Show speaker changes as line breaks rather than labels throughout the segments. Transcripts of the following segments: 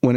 When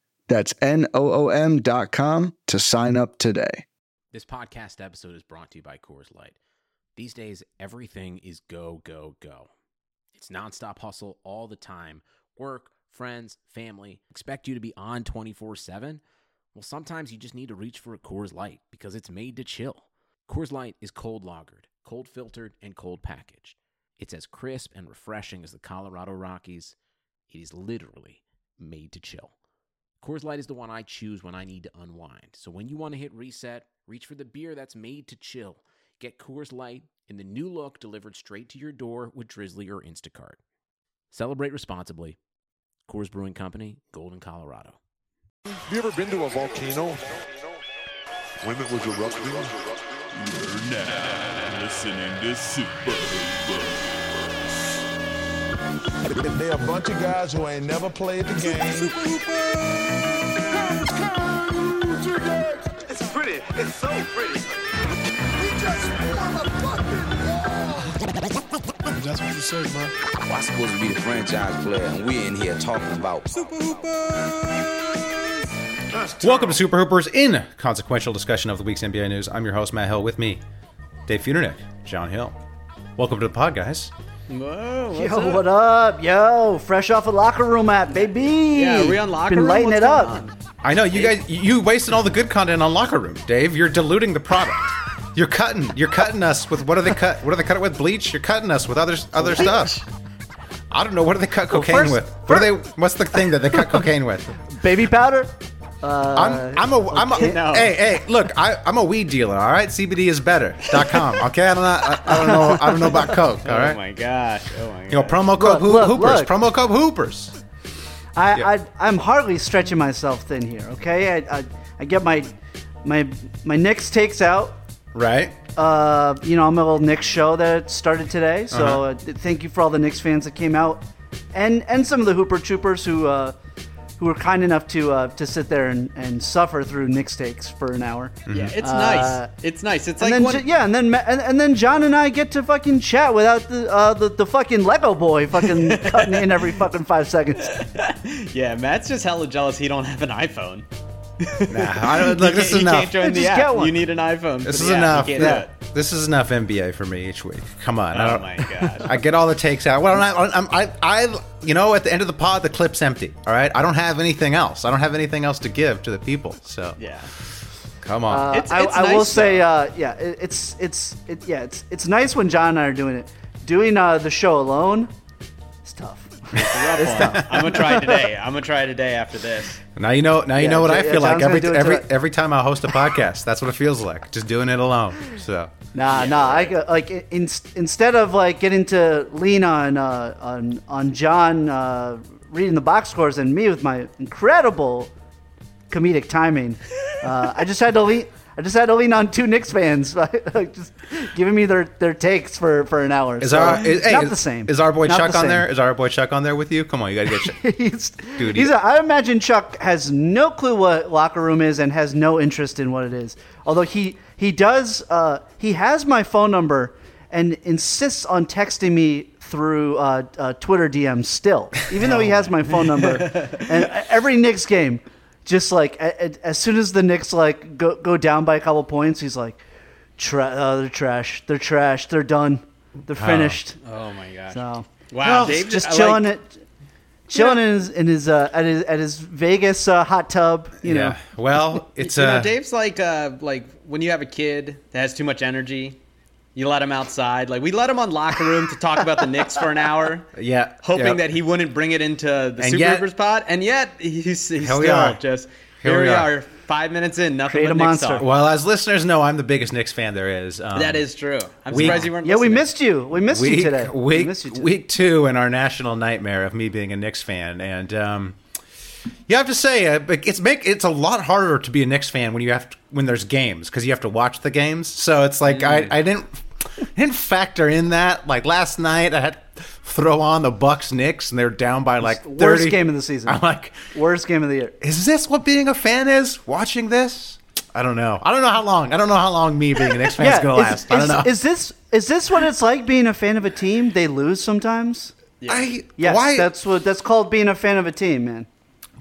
That's N O O M.com to sign up today.
This podcast episode is brought to you by Coors Light. These days, everything is go, go, go. It's nonstop hustle all the time. Work, friends, family expect you to be on 24 7. Well, sometimes you just need to reach for a Coors Light because it's made to chill. Coors Light is cold lagered, cold filtered, and cold packaged. It's as crisp and refreshing as the Colorado Rockies. It is literally made to chill. Coors Light is the one I choose when I need to unwind. So when you want to hit reset, reach for the beer that's made to chill. Get Coors Light in the new look delivered straight to your door with Drizzly or Instacart. Celebrate responsibly. Coors Brewing Company, Golden, Colorado.
Have you ever been to a volcano?
Women was erupting.
You're now listening to Super
They a bunch of guys who ain't never played the game.
It's pretty. It's so pretty.
That's what you say, man.
Well, I'm supposed to be the franchise player, and we're in here talking about Super
Hoopers. Welcome to Super Hoopers in consequential discussion of the week's NBA news. I'm your host Matt Hill. With me, Dave Funernick, John Hill. Welcome to the pod, guys.
Whoa, Yo, up? what up? Yo, fresh off a of locker room app, baby.
Yeah, we on locker
Been
room.
lighting
What's
it up.
I know you guys. You wasted all the good content on locker room, Dave. You're diluting the product. You're cutting. You're cutting us with what do they cut? What do they cut it with? Bleach. You're cutting us with other other Bleach. stuff. I don't know. What do they cut cocaine well, first, with? What first. are they? What's the thing that they cut cocaine with?
Baby powder.
Uh, I'm, I'm a, I'm a, okay, no. hey, hey, look, I, am a weed dealer, all right? CBD is better.com, okay? I don't, I, I, don't know, I don't know about Coke, all right?
Oh my gosh, oh my gosh.
You know, promo code look, ho- look, hoopers, look. promo code hoopers.
I, yeah. I, am hardly stretching myself thin here, okay? I, I, I get my, my, my Knicks takes out.
Right.
Uh, you know, I'm a little Knicks show that started today, so uh-huh. uh, thank you for all the Knicks fans that came out, and and some of the Hooper Troopers who uh, who were kind enough to uh, to sit there and, and suffer through Nick steaks for an hour.
Mm-hmm. Yeah, it's uh, nice. It's nice. It's like
then,
one...
yeah, and then and, and, then John and I get to fucking chat without the uh, the, the, fucking Lego boy fucking cutting in every fucking five seconds.
yeah, Matt's just hella jealous he don't have an iPhone.
nah, I don't, look, this is enough.
You
just app.
Get one. You need an iPhone.
This is enough. Yeah. This is enough NBA for me each week. Come on.
Oh I my god.
I get all the takes out. Well, I'm, I, I, I, you know, at the end of the pod, the clip's empty. All right. I don't have anything else. I don't have anything else to give to the people. So
yeah.
Come on.
Uh, it's, it's I, nice I, will though. say, uh, yeah, it, it's it's it, yeah, it's it's nice when John and I are doing it. Doing uh, the show alone is tough.
I'm gonna try today. I'm gonna try today after this.
Now you know. Now you yeah, know what I feel yeah, like every every tonight. every time I host a podcast. That's what it feels like, just doing it alone. So
nah, yeah. nah. I like in, instead of like getting to lean on uh, on on John uh, reading the box scores and me with my incredible comedic timing. Uh, I just had to lean. I just had to lean on two Knicks fans, just giving me their, their takes for, for an hour.
Is so, our is, hey,
uh, not
is,
the same?
Is our boy
not
Chuck
the
on there? Is our boy Chuck on there with you? Come on, you gotta get Chuck.
he's, Dude, he's a, I imagine Chuck has no clue what locker room is and has no interest in what it is. Although he he does uh, he has my phone number and insists on texting me through uh, uh, Twitter DMs still, even though he has my phone number. and every Knicks game just like as soon as the Knicks like go go down by a couple points, he's like, Tra- oh, they're trash, they're trash, they're done, they're finished.
Oh, oh my god!
So
wow,
well, just chilling like, it. Chilling you know, in his, in his uh, at his at his Vegas uh, hot tub, you yeah.
know. Well, it's
you uh, know, Dave's like uh, like when you have a kid that has too much energy, you let him outside. Like we let him on locker room to talk about the Knicks for an hour.
Yeah,
hoping
yeah.
that he wouldn't bring it into the and Super yet, Hoopers pod, and yet he's, he's still
are.
just here, here we are. are. Five minutes in,
Create
nothing but
a
Knicks
monster.
Talk.
Well, as listeners know, I'm the biggest Knicks fan there is.
Um, that is true. I'm week, surprised you weren't.
Yeah,
listening.
we missed you. We missed
week,
you today.
Week,
we missed you today.
Week two in our national nightmare of me being a Knicks fan, and um, You have to say uh, but it's make it's a lot harder to be a Knicks fan when you have to, when there's games because you have to watch the games. So it's like
Mm.
I, I didn't didn't factor in that. Like last night, I had to throw on the Bucks Knicks and they're down by like
Worst
30.
game of the season.
I'm like,
worst game of the year.
Is this what being a fan is? Watching this? I don't know. I don't know how long. I don't know how long me being an Knicks fan is gonna
is,
last. I don't
is-
know.
is this is this what it's like being a fan of a team? They lose sometimes.
I
Yes,
why?
that's what that's called being a fan of a team, man.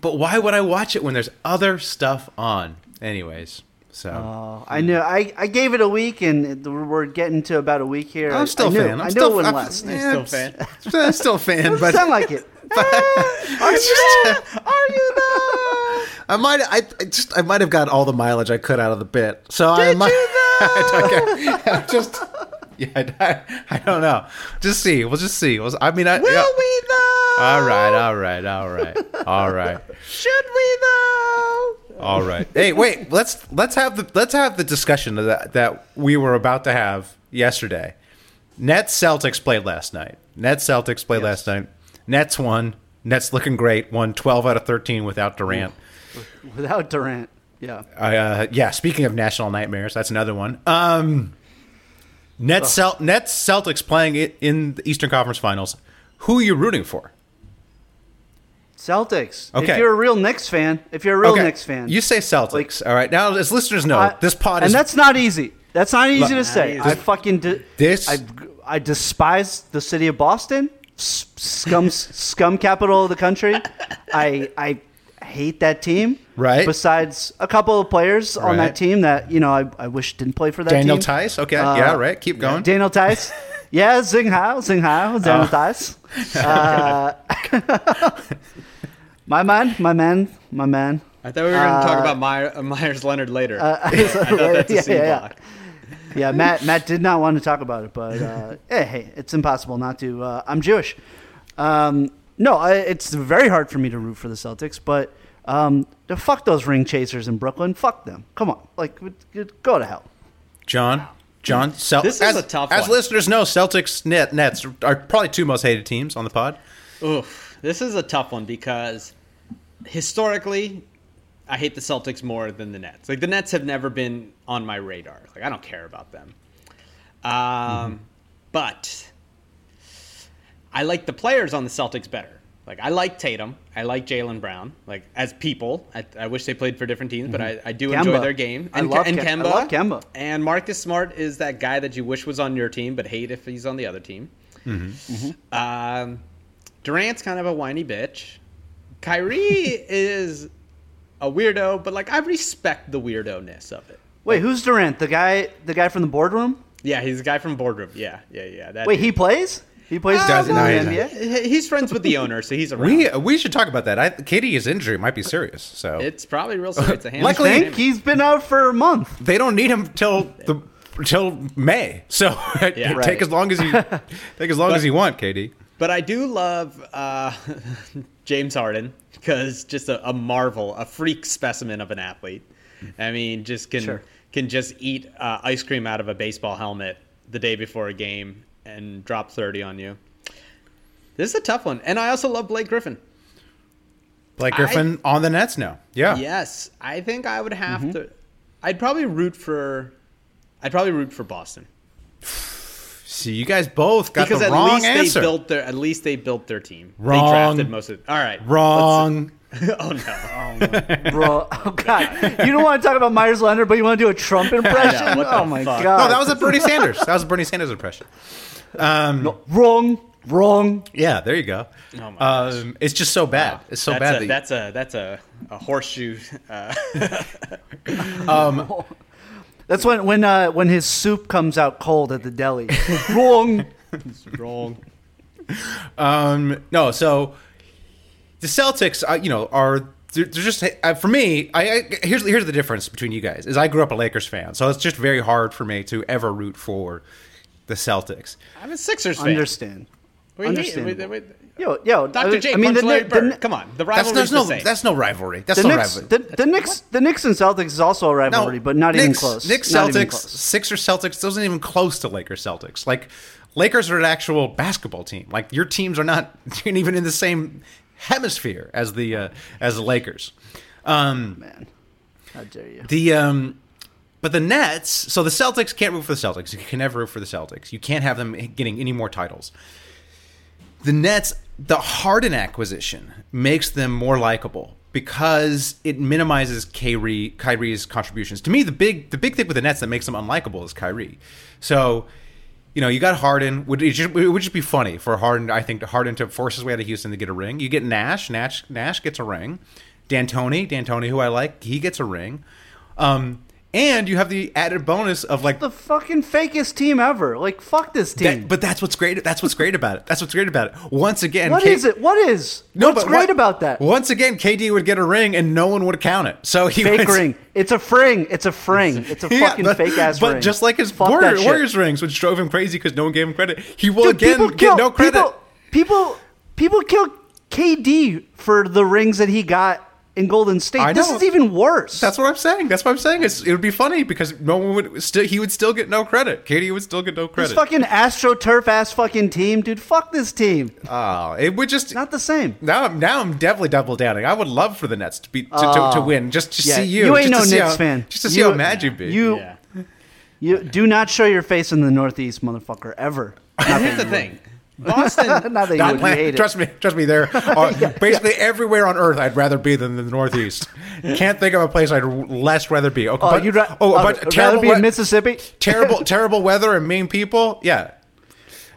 but why would I watch it when there's other stuff on? Anyways, so
I knew I, I gave it a week, and we're getting to about a week here. I-
I'm still
I
a
knew,
fan. I'm
I knew
still
it wouldn't
I'm-
last.
yeah,
Still
I'm
fan.
s- I'm still a fan,
Doesn't
but
sound like it.
are
Oh,
you Are you though? I might. I, I just. I might have got all the mileage I could out of the bit. So I might. I don't care. I'm just. Yeah, I, I- I don't know. Just see. We'll just see. We'll, I mean, I, will we though? All right, all right, all right, all right. Should we though? All right. Hey, wait. Let's let's have the let's have the discussion that that we were about to have yesterday. Nets Celtics played last night. Nets Celtics played last night. Nets won. Nets looking great. Won 12 out of 13 without Durant.
Without Durant, yeah.
I, uh, yeah, speaking of national nightmares, that's another one. Um, Nets, Cel- Nets Celtics playing it in the Eastern Conference Finals. Who are you rooting for?
Celtics.
Okay.
If you're a real Knicks fan, if you're a real
Okay,
Knicks fan,
You say Celtics. All right. Now, as listeners know,
I-
this pod
and
is
that's not easy. That's not easy to say.
easy.
I fucking de-
This-
I, I despise the city of Boston, s- scum scum capital of the country. I I hate that team.
Right.
Besides a couple of players on
Right.
that team that you know I, I wish didn't play for that
Daniel
team.
Tice. Okay.
Uh,
yeah, right. Keep going. Oh.
Daniel Tice. yeah, Zing Hao, Zing Hao, Daniel Tice. Uh, my man, my man, my man.
I thought we were going to talk about Meyer, uh, Myers Leonard later. that's a
yeah,
C
yeah, yeah.
block.
Yeah, Matt. Matt did not want to talk about it, but uh, eh, hey, it's impossible not to. Uh, I'm Jewish. Um, no, I, it's very hard for me to root for the Celtics, but um, the- fuck those ring chasers in Brooklyn. Fuck them. Come on, like w- w- go to hell.
John. John. Cel-
This is
as,
a tough
As
one.
listeners know, Celtics Net, Nets are probably two most hated teams on the pod.
Oof, this is a tough one because historically, I hate the Celtics more than the Nets. Like the Nets have never been on my radar. Like I don't care about them. Um, But I like the players on the Celtics better. Like I like Tatum. I like Jalen Brown. Like as people, I, I wish they played for different teams, but I, I do enjoy
Mm-hmm. Kemba.
their game.
I
And, Ke-
love
and
Ke- I
Kemba.
love Kemba.
And Marcus Smart is that guy that you wish was on your team, but hate if he's on the other team. Um, Durant's kind of a whiny bitch. Kyrie is a weirdo, but like I respect the weirdo ness of it.
Wait, who's Durant? The guy, the guy from the boardroom?
Yeah, he's a guy from boardroom. Yeah, yeah, yeah. That
Wait,
dude. Ah,
he plays? He plays
Does-
in
no,
the
he's not.
NBA?
He- he's friends with the owner, so he's around.
We we should talk about that. I, Katie's injury might be serious. So
it's probably real serious. It's a hand
Luckily-
Think he's been out for a month.
they don't need him till the till May. So
Yeah.
take
Right.
as long as you take as long as you want, Katie.
But I do love uh, James Harden because just a, a marvel, a freak specimen of an athlete. I mean, just can
Sure.
can just eat uh, ice cream out of a baseball helmet the day before a game and drop thirty on you. This is a tough one, and I also love Blake Griffin.
Blake Griffin on the Nets now. Yeah.
Yes, I think I would have to. I'd probably root for. I'd probably root for Boston
See, you guys both got
because
the
at
wrong
least
answer.
they built their. At least they built their team.
Wrong.
They drafted most of. All right.
wrong.
Oh no.
Bro, oh god. You don't want to talk about Myers Leonard, but you want to do a Trump impression?
what the
oh my
fuck?
god.
No, that was a Bernie Sanders. That was a Bernie Sanders impression. Um,
wrong, wrong.
Yeah, there you go.
Oh my gosh.
um, it's just so bad. It's so
that's
bad.
A,
that
that's a that's a, a horseshoe. Uh, Um,
That's when when uh, when his soup comes out cold at the deli. wrong.
wrong.
Um, no, so the Celtics, uh, you know, are they're, they're just uh, for me. I, I here's here's the difference between you guys is I grew up a Lakers fan, so it's just very hard for me to ever root for the Celtics.
I'm a Sixers fan.
Understand.
We hate-
understandable.
we- we-
Yo, yo,
Dr. J.
I mean, the,
Larry
the,
Bird.
the,
Come on, the
That's
rivalry's
there's no
the same.
that's no rivalry. That's
the
no
Knicks,
rivalry.
the, the Knicks, the Knicks and Celtics is also a rivalry, but not even
Knicks-
close.
Knicks
Not even
Celtics,
close.
Sixers Celtics, those aren't even close to Lakers Celtics. Like Lakers are an actual basketball team. Like your teams are not even in the same hemisphere as the uh, as the Lakers. Um,
Man, how dare you?
the um, but the Nets. So the Celtics can't root for the Celtics. You can never root for the Celtics. You can't have them getting any more titles. The Nets. The Harden acquisition makes them more likable because it minimizes Kyrie Kyrie's contributions. To me, the big the big thing with the Nets that makes them unlikable is Kyrie. So. You know, you got Harden. Would it, just, it would just be funny for Harden? I think to Harden to force his way out of Houston to get a ring. You get Nash. Nash. Nash gets a ring. D'Antoni. D'Antoni, who I like, he gets a ring. Um, and you have the added bonus of like
the fucking fakest team ever. Like fuck this team.
that, but that's what's great. That's what's great about it. That's what's great about it. Once again,
What
K-
is it? What is? what's
but
great
what-
about that?
Once again, KD would get a ring and no one would count it. So he
Fake
was-
ring. It's a fring. It's a fring. It's a
Yeah,
fucking
but-
fake ass
But
ring.
just like his
Fuck
Warrior,
that shit.
Warriors rings, which drove him crazy because no one gave him credit, he will
Dude,
again
people
get
kill-
no credit.
People, people, people kill KD for the rings that he got in Golden State.
I
This
know.
is even worse.
That's what I'm saying. That's what I'm saying. It's, it would be funny because no one would still. He would still get no credit. KD would still get no
this
credit.
fucking AstroTurf ass fucking team, dude. Fuck this team.
oh, it would just
Not the same.
Now I'm now I'm definitely double downing. I would love for the Nets to be to, to, to win just to
Oh, Yeah,
see you.
You
just
ain't no
to see
Knicks
how-
fan.
Just to see
You-
how mad you'd be.
You,
Yeah.
you do not show your face in the Northeast, motherfucker, ever.
And here's the thing. Boston,
Not that you
Not
would you
playing-
hate it.
trust me, trust me. There, are, basically everywhere on Earth, I'd rather be than the Northeast. Can't think of a place I'd r- less rather be. Okay,
Oh,
but,
you'd ra-
oh,
oh,
but
rather
terrible,
be
we-
in Mississippi.
terrible, terrible weather and mean people. Yeah,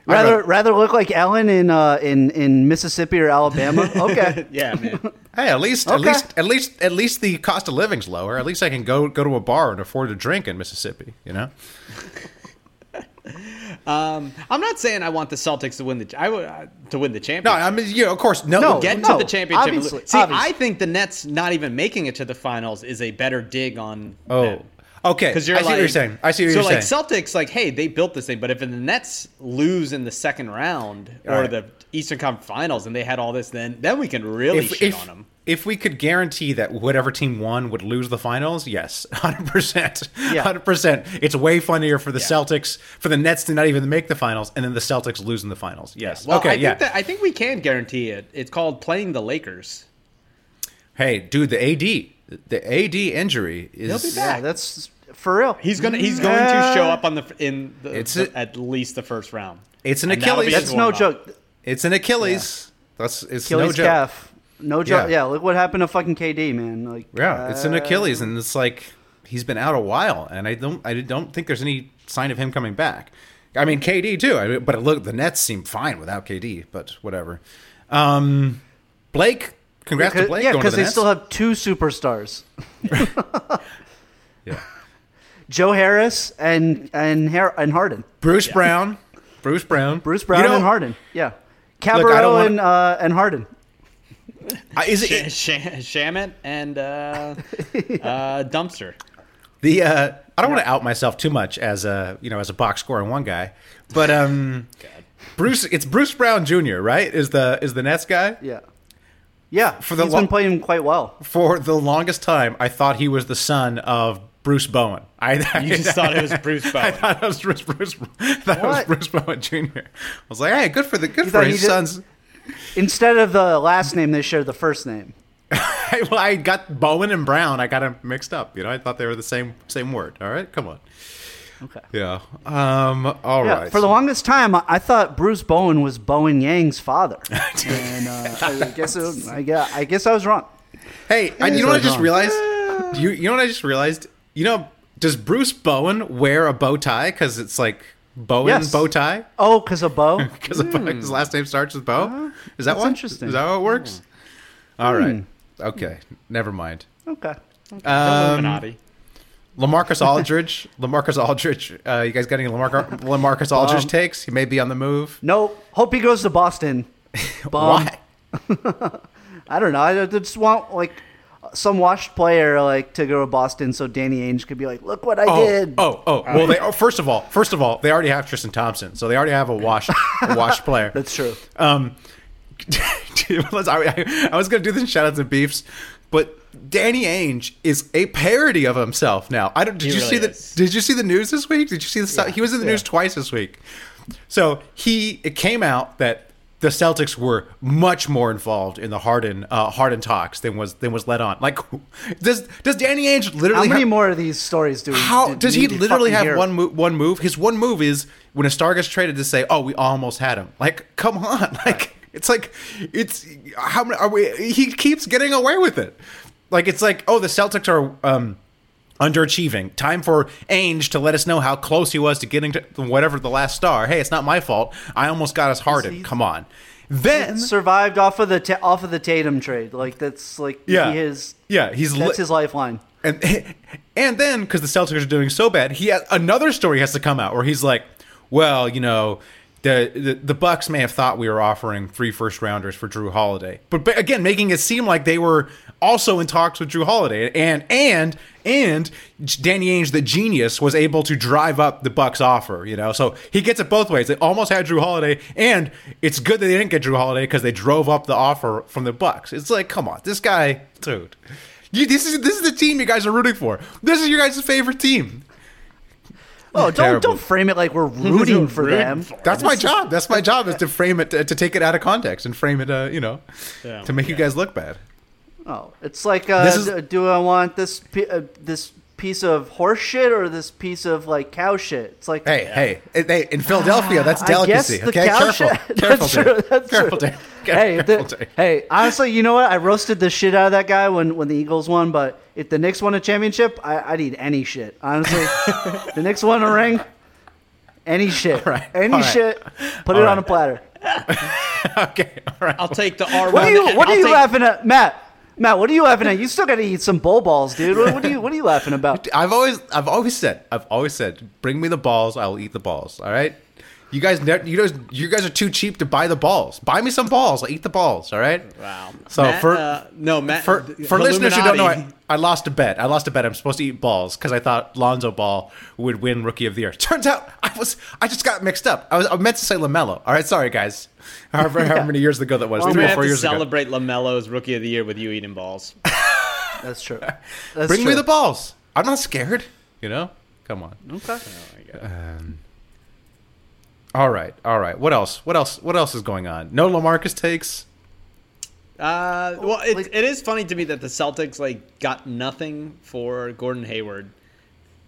I'd
Rather, rather look like Ellen in uh, in in Mississippi or Alabama. Okay.
yeah, man.
Hey, at least at
Okay.
least at least at least the cost of living's lower. At least I can go go to a bar and afford a drink in Mississippi. You know.
Um, I'm not saying I want the Celtics to win the I would uh, to win the championship.
No, I mean, you know, of course, no,
No,
get
no,
to the championship. and lose.
obviously,
See,
obviously.
I think the Nets not even making it to the finals is a better dig on.
Oh, okay.
because you're
I see
like,
what you're saying. I see what
so
you're
like
saying.
Celtics, like, hey, they built this thing, but if the Nets lose in the second round or
Alright.
the Eastern Conference Finals, and they had all this, then then we can really
if,
shit
if-
on them.
if we could guarantee that whatever team won would lose the finals, yes, hundred percent,
Yeah.
hundred percent. It's way funnier for the Celtics, for the Nets to not even make the finals, and then the Celtics lose in the finals. Yes,
Well,
okay,
I think
yeah.
that, I think we can guarantee it. It's called playing the Lakers.
hey, dude, the AD, the AD injury
He'll
is
be
Yeah,
back.
that's for real.
he's gonna he's going to show up on the in the,
Mm-hmm. It's
the-
a-
at least the first round.
it's an
And that'll be
Achilles.
his
That's
warm
no
up.
joke.
It's an Achilles. That's it's
Achilles
no joke.
calf. No joke.
Yeah.
Yeah. look what happened to fucking KD, man. Like,
Yeah, it's an
uh,
Achilles, and it's like he's been out a while, and I don't, I don't think there's any sign of him coming back. I mean, KD too, I mean, but look, the Nets seem fine without KD, but whatever. Um, Blake, congrats to
Cause,
Blake
yeah,
going to
because
the
they
Nets.
still have two superstars,
yeah.
Joe Harris and and Har- and Harden,
Bruce Brown, Bruce Brown,
Bruce Brown
You know,
and Harden. Yeah,
don't
Cabarro
wanna-
and uh, and Harden.
Uh,
I- Is
Sh-
it
Sh- Shamit and uh, uh, Dumpster.
the? Uh, I don't want to out myself too much as a you know as a box score and one guy, but um, Bruce, it's Bruce Brown Jr. Right? Is the is the Nets guy?
Yeah, yeah.
For
For
the
the
lo-
been playing quite well.
for the longest time, I thought he was the son of Bruce Bowen. I,
You just thought it was Bruce
I
Bowen.
thought it was Bruce. Bruce I thought it was
What?
Bruce Bowen Jr. I was like, hey, good for the good
You
for
thought he
his
did-
sons.
Instead of the last name, they shared the first name.
I, well, I got Bowen and Brown. I got them mixed up. You know, I thought they were the same same word. All right, come on.
Okay.
Yeah. Um. All right.
Yeah, for the longest time, I, I thought Bruce Bowen was Bowen Yang's father, and uh, I guess it, I guess I guess I was wrong.
Hey, I, you know
so
what I just
wrong.
realized? You you know what I just realized? You know, does Bruce Bowen wear a bow tie? Because it's like Bowen
Yes.
bow tie.
Oh, because of Bo.
because his last name starts with Bo. is that
Hmm. Uh-huh. that's
what?
interesting. Hmm.
Is that how it works? All right. Okay. Never mind.
Okay.
Um,
Illuminati.
Lamarcus Aldridge. Lamarcus Aldridge. Uh, you guys got any Lamar- Lamarcus
Um,
Aldridge takes? He may be on the move.
No, hope he goes to Boston. Bum.
Why?
I don't know. I just want like some washed player like to go to Boston so Danny Ainge could be like, look what I
Oh,
did. Uh,
oh, oh. Well, they, oh, first of all, first of all, they already have Tristan Thompson, so they already have a washed, a washed player.
That's true.
Um, dude, let's- I, I- I was going to do this in shoutouts and beefs, but Danny Ainge is a parody of himself now. I don't. Did
He
you
really
see
is.
the Did you see the news this week? Did you see the stuff? He was in the news twice this week. So he it came out that the Celtics were much more involved in the Harden uh, Harden talks than was than was let on. Like, does does Danny Ainge literally?
How many ha- more of these stories do? We,
how
do,
does
need
he
to
literally
fucking
have
hear?
one move? One move. His one move is when a star gets traded to say, "Oh, we almost had him." Like, come on. Like, it's like it's how many are we? He keeps getting away with it. Like, it's like, oh, the Celtics are. um underachieving. Time for Ainge to let us know how close he was to getting to whatever the last star. Hey, it's not my fault. I almost got us Harden. Come on. Then
survived off of the ta- off of the Tatum trade? Like that's like
Yeah.
his
Yeah, he's
that's
li-
his lifeline.
and and then because the Celtics are doing so bad, he has, another story has to come out where he's like, well, you know. The, the, the Bucks may have thought we were offering three first rounders for Drew Holiday, but, but again, making it seem like they were also in talks with Drew Holiday, and and and Danny Ainge, the genius, was able to drive up the Bucks offer. You know, so he gets it both ways. They almost had Drew Holiday, and it's good that they didn't get Drew Holiday because they drove up the offer from the Bucks. It's like, come on, this guy, dude. You, this is this is the team you guys are rooting for. This is your guys' favorite team.
Oh, don't
Terrible.
don't frame it like we're rooting for them.
That's my job. That's my job is to frame it to, to take it out of context and frame it. Uh, you know,
Yeah.
to make you guys look bad.
Oh, it's like uh,
This is-
d- do I want this pi- uh, this piece of horse shit or this piece of like cow shit? It's like
Hey, hey, hey, hey, in Philadelphia, that's
I guess
delicacy.
the
Okay,
cow
careful,
shit-
careful,
That's
Dan.
true, that's
careful,
true.
Dan.
hey, the-
Careful, Dan.
hey, honestly, you know what? I roasted the shit out of that guy when, when the Eagles won, but if the Knicks won a championship, I, I'd eat any shit. Honestly, the Knicks won a ring, any shit,
right,
any
all right.
shit, put it
All
on a
right.
platter.
okay, all right.
I'll take the R1.
What are you? What
I'll
are you
take-
laughing at, Matt? Matt, what are you laughing at? You still got to eat some bull balls, dude. What, what are you? What are you laughing about?
I've always, I've always said, I've always said, bring me the balls, I'll eat the balls. All right, you guys, ne- you guys, you guys are too cheap to buy the balls. Buy me some balls, I'll eat the balls. All right.
Wow.
So
Matt,
for
uh, no, Matt,
for,
the-
for listeners who don't know, I,
Illuminati.
I lost a bet. I lost a bet. I'm supposed to eat balls because I thought Lonzo Ball would win Rookie of the Year. Turns out I was I just got mixed up. I was I meant to say Lamelo. All right, sorry guys. However, however many years ago that was,
We're
three
gonna
or
have
four
to
years ago.
celebrate Lamelo's Rookie of the Year with you eating balls.
That's true. That's
Bring me
true.
the balls. I'm not scared. You know, come on.
Oh,
Um,
Okay.
All right, all right. What else? What else? What else is going on? No Lamarcus takes.
Uh, well, it,
Oh, like-
it is funny to me that the Celtics like got nothing for Gordon Hayward,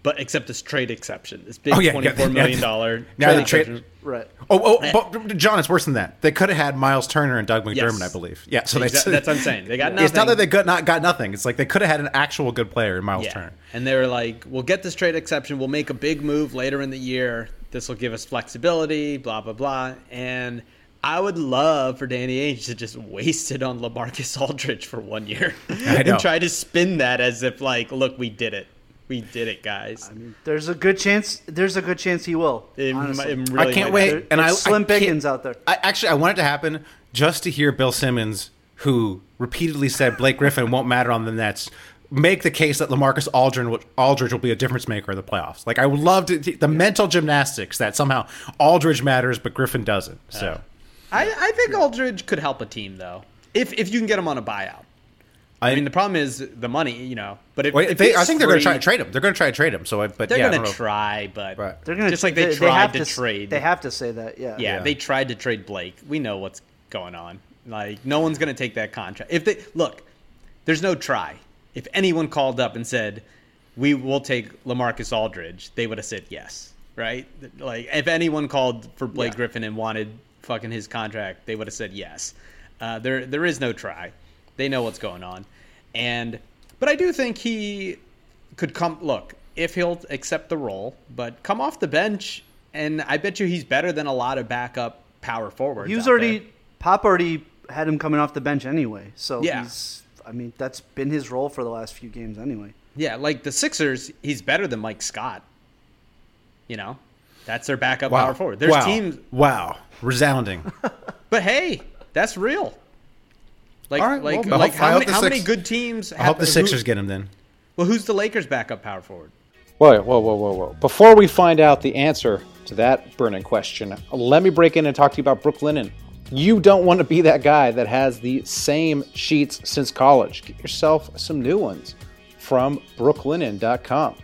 but except this trade exception, this big
Oh, yeah, yeah,
twenty four
yeah.
million dollar
Now
trade
the trade-
exception.
Right.
Oh,
Eh.
oh, but John, it's worse than that. They could have had Miles Turner and Doug McDermott,
Yes.
I believe. Yeah, so they,
Exa- that's what I'm saying. They got
It's not
nothing.
that they got not got nothing. It's like they could have had an actual good player in Miles
Yeah.
Turner.
And they were like, we'll get this trade exception. We'll make a big move later in the year. This will give us flexibility, blah, blah, blah. And I would love for Danny Ainge to just waste it on Lamarcus Aldridge for one year
know.
and try to spin that as if, like, look, we did it. We did it, guys.
There's a good chance. There's a good chance he will.
It m-
honestly.
it really
I can't
might-
wait.
There-
and
it's
I
slim
I can't-
pickings out there.
I actually I want it to happen just to hear Bill Simmons, who repeatedly said Blake Griffin won't matter on the Nets, make the case that LaMarcus Aldridge Aldridge will be a difference maker in the playoffs. Like I would love to the mental gymnastics that somehow Aldridge matters but Griffin doesn't.
Uh,
So.
I, I think Aldridge could help a team, though, if, if you can get him on a buyout. I, mean, the problem is the money, you know. But if,
Wait,
if
they,
he's
I think they're going to
free,
try to trade him. They're going to try to trade him. So, I, but
They're
yeah, I
going
don't
to
know.
try, but
Right.
They're gonna
just like they,
they
tried
have
to,
s-
trade.
They have to say that. Yeah.
Yeah,
Yeah.
they tried to trade Blake. We know what's going on. Like no one's going to take that contract. If they look, there's no try. If anyone called up and said, "We will take LaMarcus Aldridge," they would have said yes, right? Like if anyone called for Blake Griffin and wanted fucking his contract, they would have said yes. Uh, there, there is no try. They know what's going on, and but I do think he could come look if he'll accept the role, but come off the bench, and I bet you he's better than a lot of backup power forwards.
He was
out
already.
there.
Pop already had him coming off the bench anyway. So
Yeah.
he's. I mean, that's been his role for the last few games anyway.
yeah, like the Sixers, he's better than Mike Scott. You know, that's their backup
Wow.
power forward. There's
wow.
teams,
Wow. Resounding.
but hey, that's real. Like,
All right,
like,
well, I
like
hope- I
how,
hope
many,
the
how many
Six-
good teams?
I hope the
who-
Sixers get him then.
well, who's the Lakers' backup power forward?
Whoa, whoa, whoa, whoa, whoa. Before we find out the answer to that burning question, let me break in and talk to you about Brooke Linen. You don't want to be that guy that has the same sheets since college. Get yourself some new ones from brooklinen.com.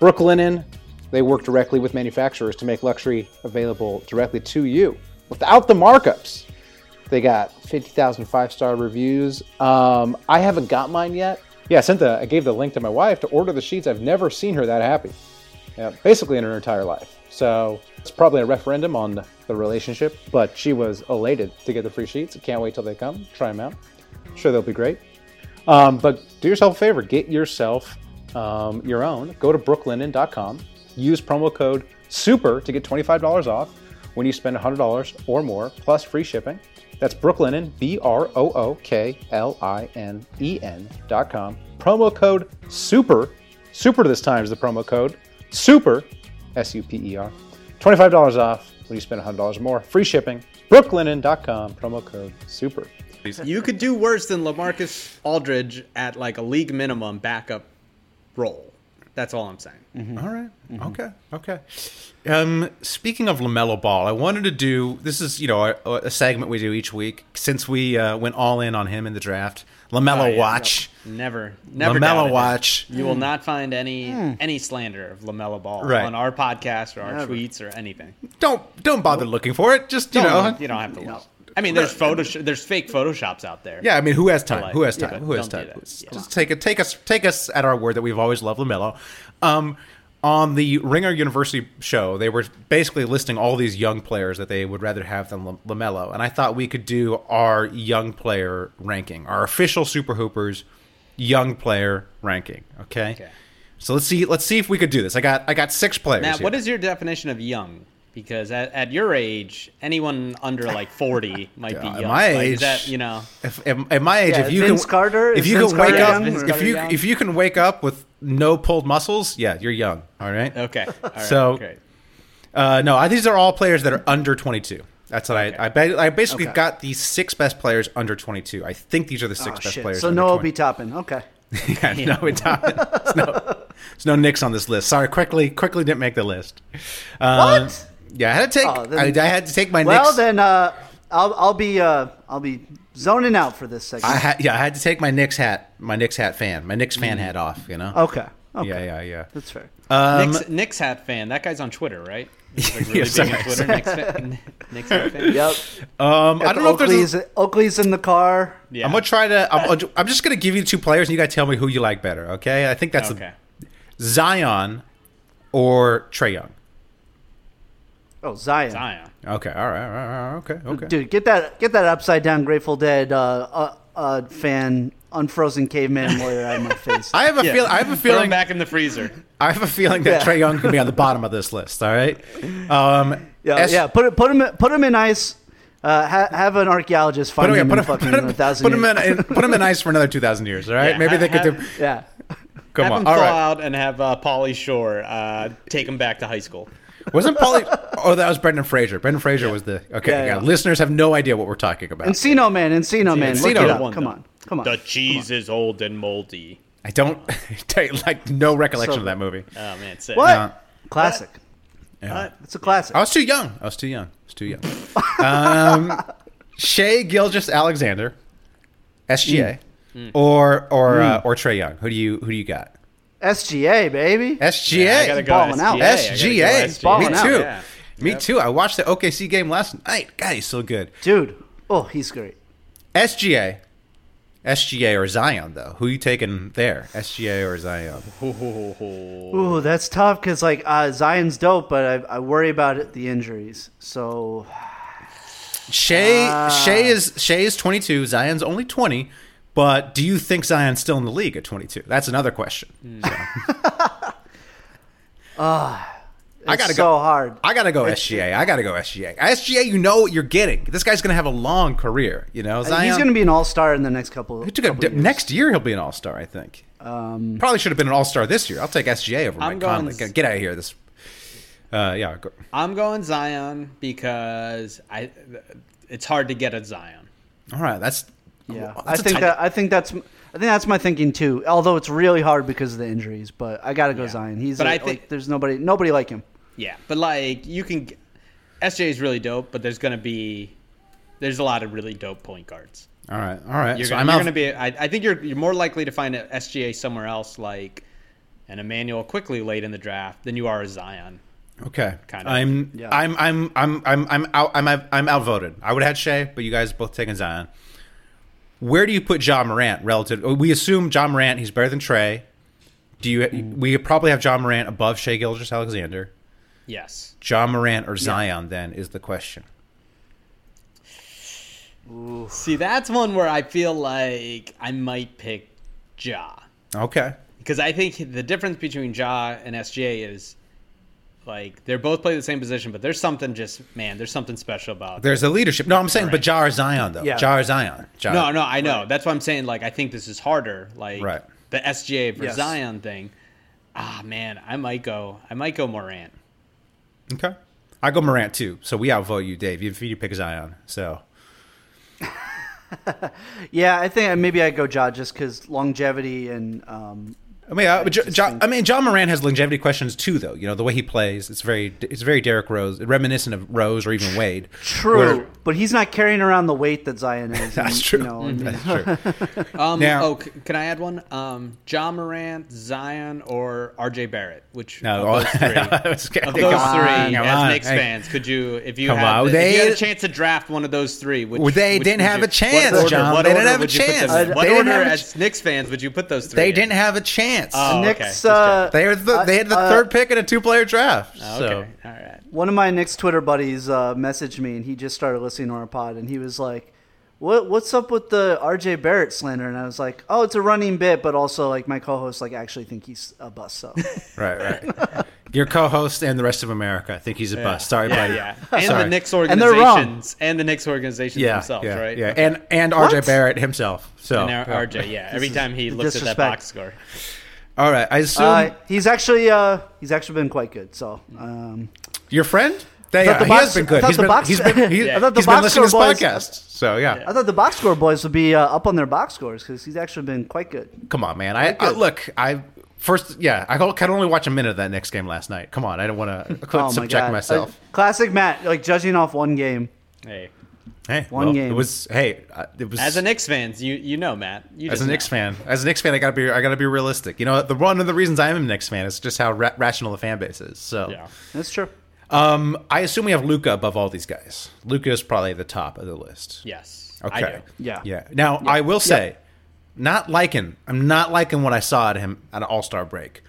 Brooke Linen, they work directly with manufacturers to make luxury available directly to you without the markups. They got 50,000 five star reviews. Um, I haven't got mine yet. Yeah, I sent the I gave the link to my wife to order the sheets. I've never seen her that happy. Yeah, basically in her entire life. So it's probably a referendum on the relationship, but she was elated to get the free sheets. Can't wait till they come. Try them out. Sure, they'll be great. Um, but do yourself a favor. Get yourself um, your own. Go to brooklinen.com. Use promo code SUPER to get $25 off when you spend $100 or more, plus free shipping. That's brooklinen, B R O O K L I N E N.com. Promo code SUPER. SUPER this time is the promo code. SUPER, S U P E R. $25 off when you spend $100 or more. Free shipping. Brooklinen.com, promo code SUPER.
You could do worse than Lamarcus Aldridge at like a league minimum backup role. That's all I'm saying.
All right.
Mm-hmm.
Okay. Okay. Um, speaking of Lamelo Ball, I wanted to do this is you know a, a segment we do each week since we uh, went all in on him in the draft. Lamelo
Oh, yeah,
Watch.
no, never, never.
LaMelo
doubted him.
Watch. Hmm.
You will not find any any slander of Lamelo Ball
Right.
on our podcast or our
Never.
tweets or anything.
Don't don't bother looking for it. Just you
Don't
know.
look, you don't have to look. I mean, there's Photoshop, there's fake photoshops out there.
Yeah, I mean, who has
To
time?
like-
Who has
Yeah,
time?
but
who has
don't
time?
do that.
Just just take it. Take us. Take us at our word that we've always loved Lamelo. Um, on the Ringer University show, they were basically listing all these young players that they would rather have than Lam- Lamelo, and I thought we could do our young player ranking, our official Super Hoopers young player ranking. Okay. So let's see. Let's see if we could do this. I got. I got six players.
Matt,
here.
what is your definition of young? Because at, at your age, anyone under like 40 might be
Yeah, at
young.
my
Like,
age-
is that, you know,
If, at, at my age,
Yeah,
if you
Vince
can,
Carter-
if
is
you
Vince
can wake
Carter
up,
young? Vince
if
Carter
you
young?
if you can wake up with no pulled muscles, yeah, you're young. All right.
Okay.
so,
great.
uh, no, I- these are all players that are under 22. That's what I I, ba- I basically
Okay.
got the six best players under 22. I think these are the six
Oh,
best
shit.
players.
So
under
Noah
20.
be topping. Okay.
yeah, no, it's not. There's no, there's no Knicks on this list. Sorry, quickly, quickly didn't make the list. Uh,
What?
Yeah, I had to take.
Oh, then-
I, I had to take my
well,
Knicks.
then uh, I'll I'll be uh, I'll be zoning out for this segment.
I had yeah, I had to take my Knicks hat, my Knicks hat fan, my Knicks fan hat off. You know.
Mm-hmm. Okay.
Yeah, yeah, yeah.
That's fair.
Um,
Knicks, Knicks hat fan. That guy's on Twitter, right? He's like really
Yeah,
big on
sorry,
Twitter.
sorry.
Knicks, fan, Knicks hat fan.
Yep.
Um, I
Got
don't
the
know if there's.
Oakley's,
A,
Oakley's in the car.
I'm gonna try to. I'm, I'm just gonna give you two players, and you gotta tell me who you like better. Okay, I think that's the-
Okay.
Zion or Trey Young.
Oh, Zion.
Zion.
Okay, all right, all right, all right, okay, okay.
Dude, get that get that upside down Grateful Dead uh, uh, uh, fan, unfrozen caveman lawyer out of my face.
I have a feel. I have a feeling.
back in the freezer.
I have a feeling that
Yeah.
Trey Young could be on the bottom of this list. All right. Um,
Yeah,
S-
yeah. Put it, put him, put him in ice. Uh, ha, have an archaeologist
Put
find
him, yeah,
him,
put
in
him,
fucking
put him,
a thousand.
put him in,
years.
in- put him in ice for another two thousand years. All right,
Yeah,
maybe they could
ha-
do.
Yeah.
Come
have
on,
him
all
thaw
right.
out and have uh, Polly Shore uh, take him back to high school.
Wasn't Paulie? Oh, that was Brendan Fraser. Brendan Fraser was the okay.
Yeah,
yeah.
yeah.
Listeners have no idea what we're talking about.
Encino man, Encino man. Look it
Encino.
up.
One,
Come
though.
on, come on.
The cheese is old and moldy.
I don't take like no recollection
So-
of that movie. Uh,
Oh man, it's sick.
What?
Yeah.
Classic.
Yeah.
It's a classic.
I was too young. I was too young. I was too young. um, Shea Gilgis Alexander, SGA,
Mm.
Mm.
or or uh, or Trey Young. Who do you who do you got?
SGA baby.
SGA.
I gotta go
Balling out.
SGA.
SGA.
I gotta go SGA.
Me
Balling out.
too.
Yeah.
Me too. I watched the OKC game last night. God, he's so good.
Dude, oh, he's great.
SGA. SGA or Zion though. Who you taking there? SGA or Zion?
Ooh, that's tough because like uh, Zion's dope, but I, I worry about it, the injuries. So
Shea
Ah.
Shea is Shea is 22. Zion's only 20. But do you think Zion's still in the league at 22? That's another question.
Ah, it's
I gotta
so
go.
hard.
I gotta go SGA. I gotta go SGA. SGA, you know what you're getting. This guy's gonna have a long career. You know, Zion.
Uh, He's gonna be an all star in the next couple.
He took a-
couple years.
next year he'll be an all star. I think.
Um,
Probably should have been an all star this year. I'll take SGA over
I'm
Mike Conley.
going-
Get out of here. This. Uh, yeah. Go.
I'm going Zion because I. It's hard to get a Zion.
All right. That's. oh,
Yeah,
that's
I
a
think
tough-
that I think that's I think that's my thinking too. Although it's really hard because of the injuries, but I gotta go Zion. He's
But
a-
I think-
like, there's nobody nobody like him.
Yeah, but like you can, SJ is really dope, but there's gonna be, there's a lot of really dope point guards.
All right. All right.
You're,
so
gonna,
I'm
you're
out.
gonna be. I, I think you're you're more likely to find an SGA somewhere else, like an Emmanuel quickly late in the draft, than you are a Zion.
Okay. Kind of. I'm, yeah. I'm, I'm, I'm, I'm, I'm, out, I'm, I'm outvoted. I would have had Shea, but you guys both taking Zion. Where do you put John Morant relative? uh, We assume John Morant, he's better than Trey. Do you? Mm. We probably have John Morant above Shea Gilgis Alexander.
Yes.
John Morant or Zion? Yeah. Then is the question.
Ooh. See, that's one where I feel like I might pick Ja.
Okay.
Because I think the difference between Ja and SGA is like they're both play the same position, but there's something just man, there's something special about.
There's a leadership. No, I'm saying, Morant. but Ja or Zion though. Yeah. Ja or Zion. Ja.
No, no, I know. Right. That's why I'm saying like I think this is harder. Like
right.
the SGA for yes. Zion thing. Ah man, I might go. I might go Morant.
Okay. I go Morant too. So we outvote you, Dave. If you pick Zion, so.
yeah, I think maybe I go Ja just because longevity and. Um,
I mean, I, John, ja, think... I mean, John Moran has longevity questions too, though. You know, the way he plays, it's very, it's very Derrick Rose, reminiscent of Rose or even Wade.
True, where... but he's not carrying around the weight that Zion is.
That's, true. You know, mm-hmm. That's
true. um, now, oh, can I add one? Um, John Morant, Zion, or R.J. Barrett? Which no, of those three? of those on, three, as on, Knicks hey. fans, could you, if you, had, the, they, if you had a chance to draft one of those three, which, well,
they
which
didn't have you, a chance, order, John. They didn't have a chance.
Those,
they
what order, as Knicks fans, would you put those three?
They didn't have a chance.
Oh,
the Knicks, okay. uh,
they are the, they had the uh, third pick in a two player draft. Oh, okay.
So. All right.
One of my Knicks Twitter buddies uh, messaged me, and he just started listening to our pod, and he was like, "What what's up with the R.J. Barrett slander?" And I was like, "Oh, it's a running bit, but also like my co-hosts like actually think he's a bust." So
right, right. Your co-host and the rest of America think he's a yeah. bust. Sorry,
yeah,
buddy.
Yeah, and Sorry. the Knicks organizations and, and the Knicks organizations
yeah,
themselves,
yeah,
right?
Yeah, and and R.J. Barrett himself. So
and R.J. Yeah, every time he looks disrespect. at that box score.
All right, I assume
uh, he's actually uh, he's actually been quite good. So um,
your friend, they, uh, the box, he has been good. He's been, box, he's been, he's, yeah. I thought the he's box been listening to this podcast. So yeah. yeah.
I thought the box score boys would be uh, up on their box scores because he's actually been quite good.
Come on, man! I, I, look, I first, yeah, I could only watch a minute of that next game last night. Come on, I don't want to oh subject my myself.
Uh, classic Matt, like judging off one game.
Hey,
Hey,
one well, game.
It was hey. uh, It was
as a Knicks fan, you you know, Matt. You
as a Knicks know. fan, as a Knicks fan, I gotta be I gotta be realistic. You know, the one of the reasons I am a Knicks fan is just how ra- rational the fan base is. So
yeah, that's true.
Um, I assume we have Luca above all these guys. Luca is probably the top of the list.
Yes.
Okay.
Yeah.
Yeah. Now yeah. I will say, yeah. not liking. I'm not liking what I saw at him at an All Star break.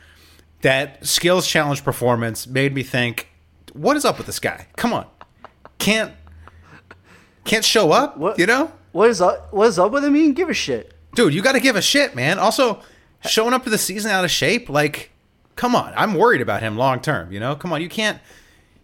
That skills challenge performance made me think, what is up with this guy? Come on, can't can't show up.
What,
you know?
What is up? What is up with him? He didn't give a shit.
Dude, you got to give a shit, man. Also, showing up to the season out of shape, like, come on. I'm worried about him long term. You know, come on. You can't.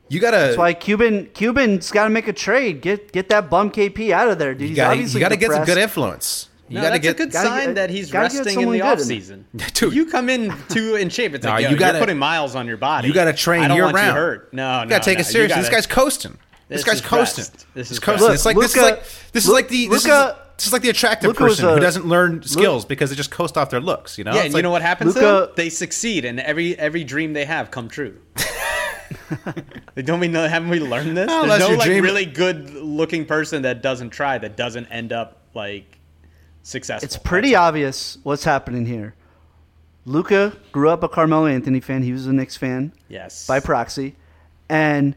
You gotta.
That's why Cuban Cuban's got to make a trade. Get get that bum KP out of there, dude.
You gotta, you gotta get some good influence. You
no,
gotta
that's
get,
a good gotta, sign that he's resting in the off season. Dude, you come in too in shape. It's no, like yo, you gotta, are putting miles on your body.
You gotta train
I don't
year
want
round.
You hurt. No,
you gotta no, take
no,
it seriously. Gotta, this guy's coasting. This, this, guy's coasting.
Best. This
is
coasting.
Look, it's like Luca, this is like this is like the this, Luca, is, this is like the attractive Luca person a, who doesn't learn skills Luca, because they just coast off their looks. You know.
Yeah.
It's
you
like,
know what happens? Luca, They succeed, and every every dream they have come true. like, don't we know? Haven't we learned this?
Unless
There's no
you're
like
dreaming.
really good looking person that doesn't try that doesn't end up like successful.
It's pretty obvious what's happening here. Luca grew up a Carmelo Anthony fan. He was a Knicks fan.
Yes.
By proxy, and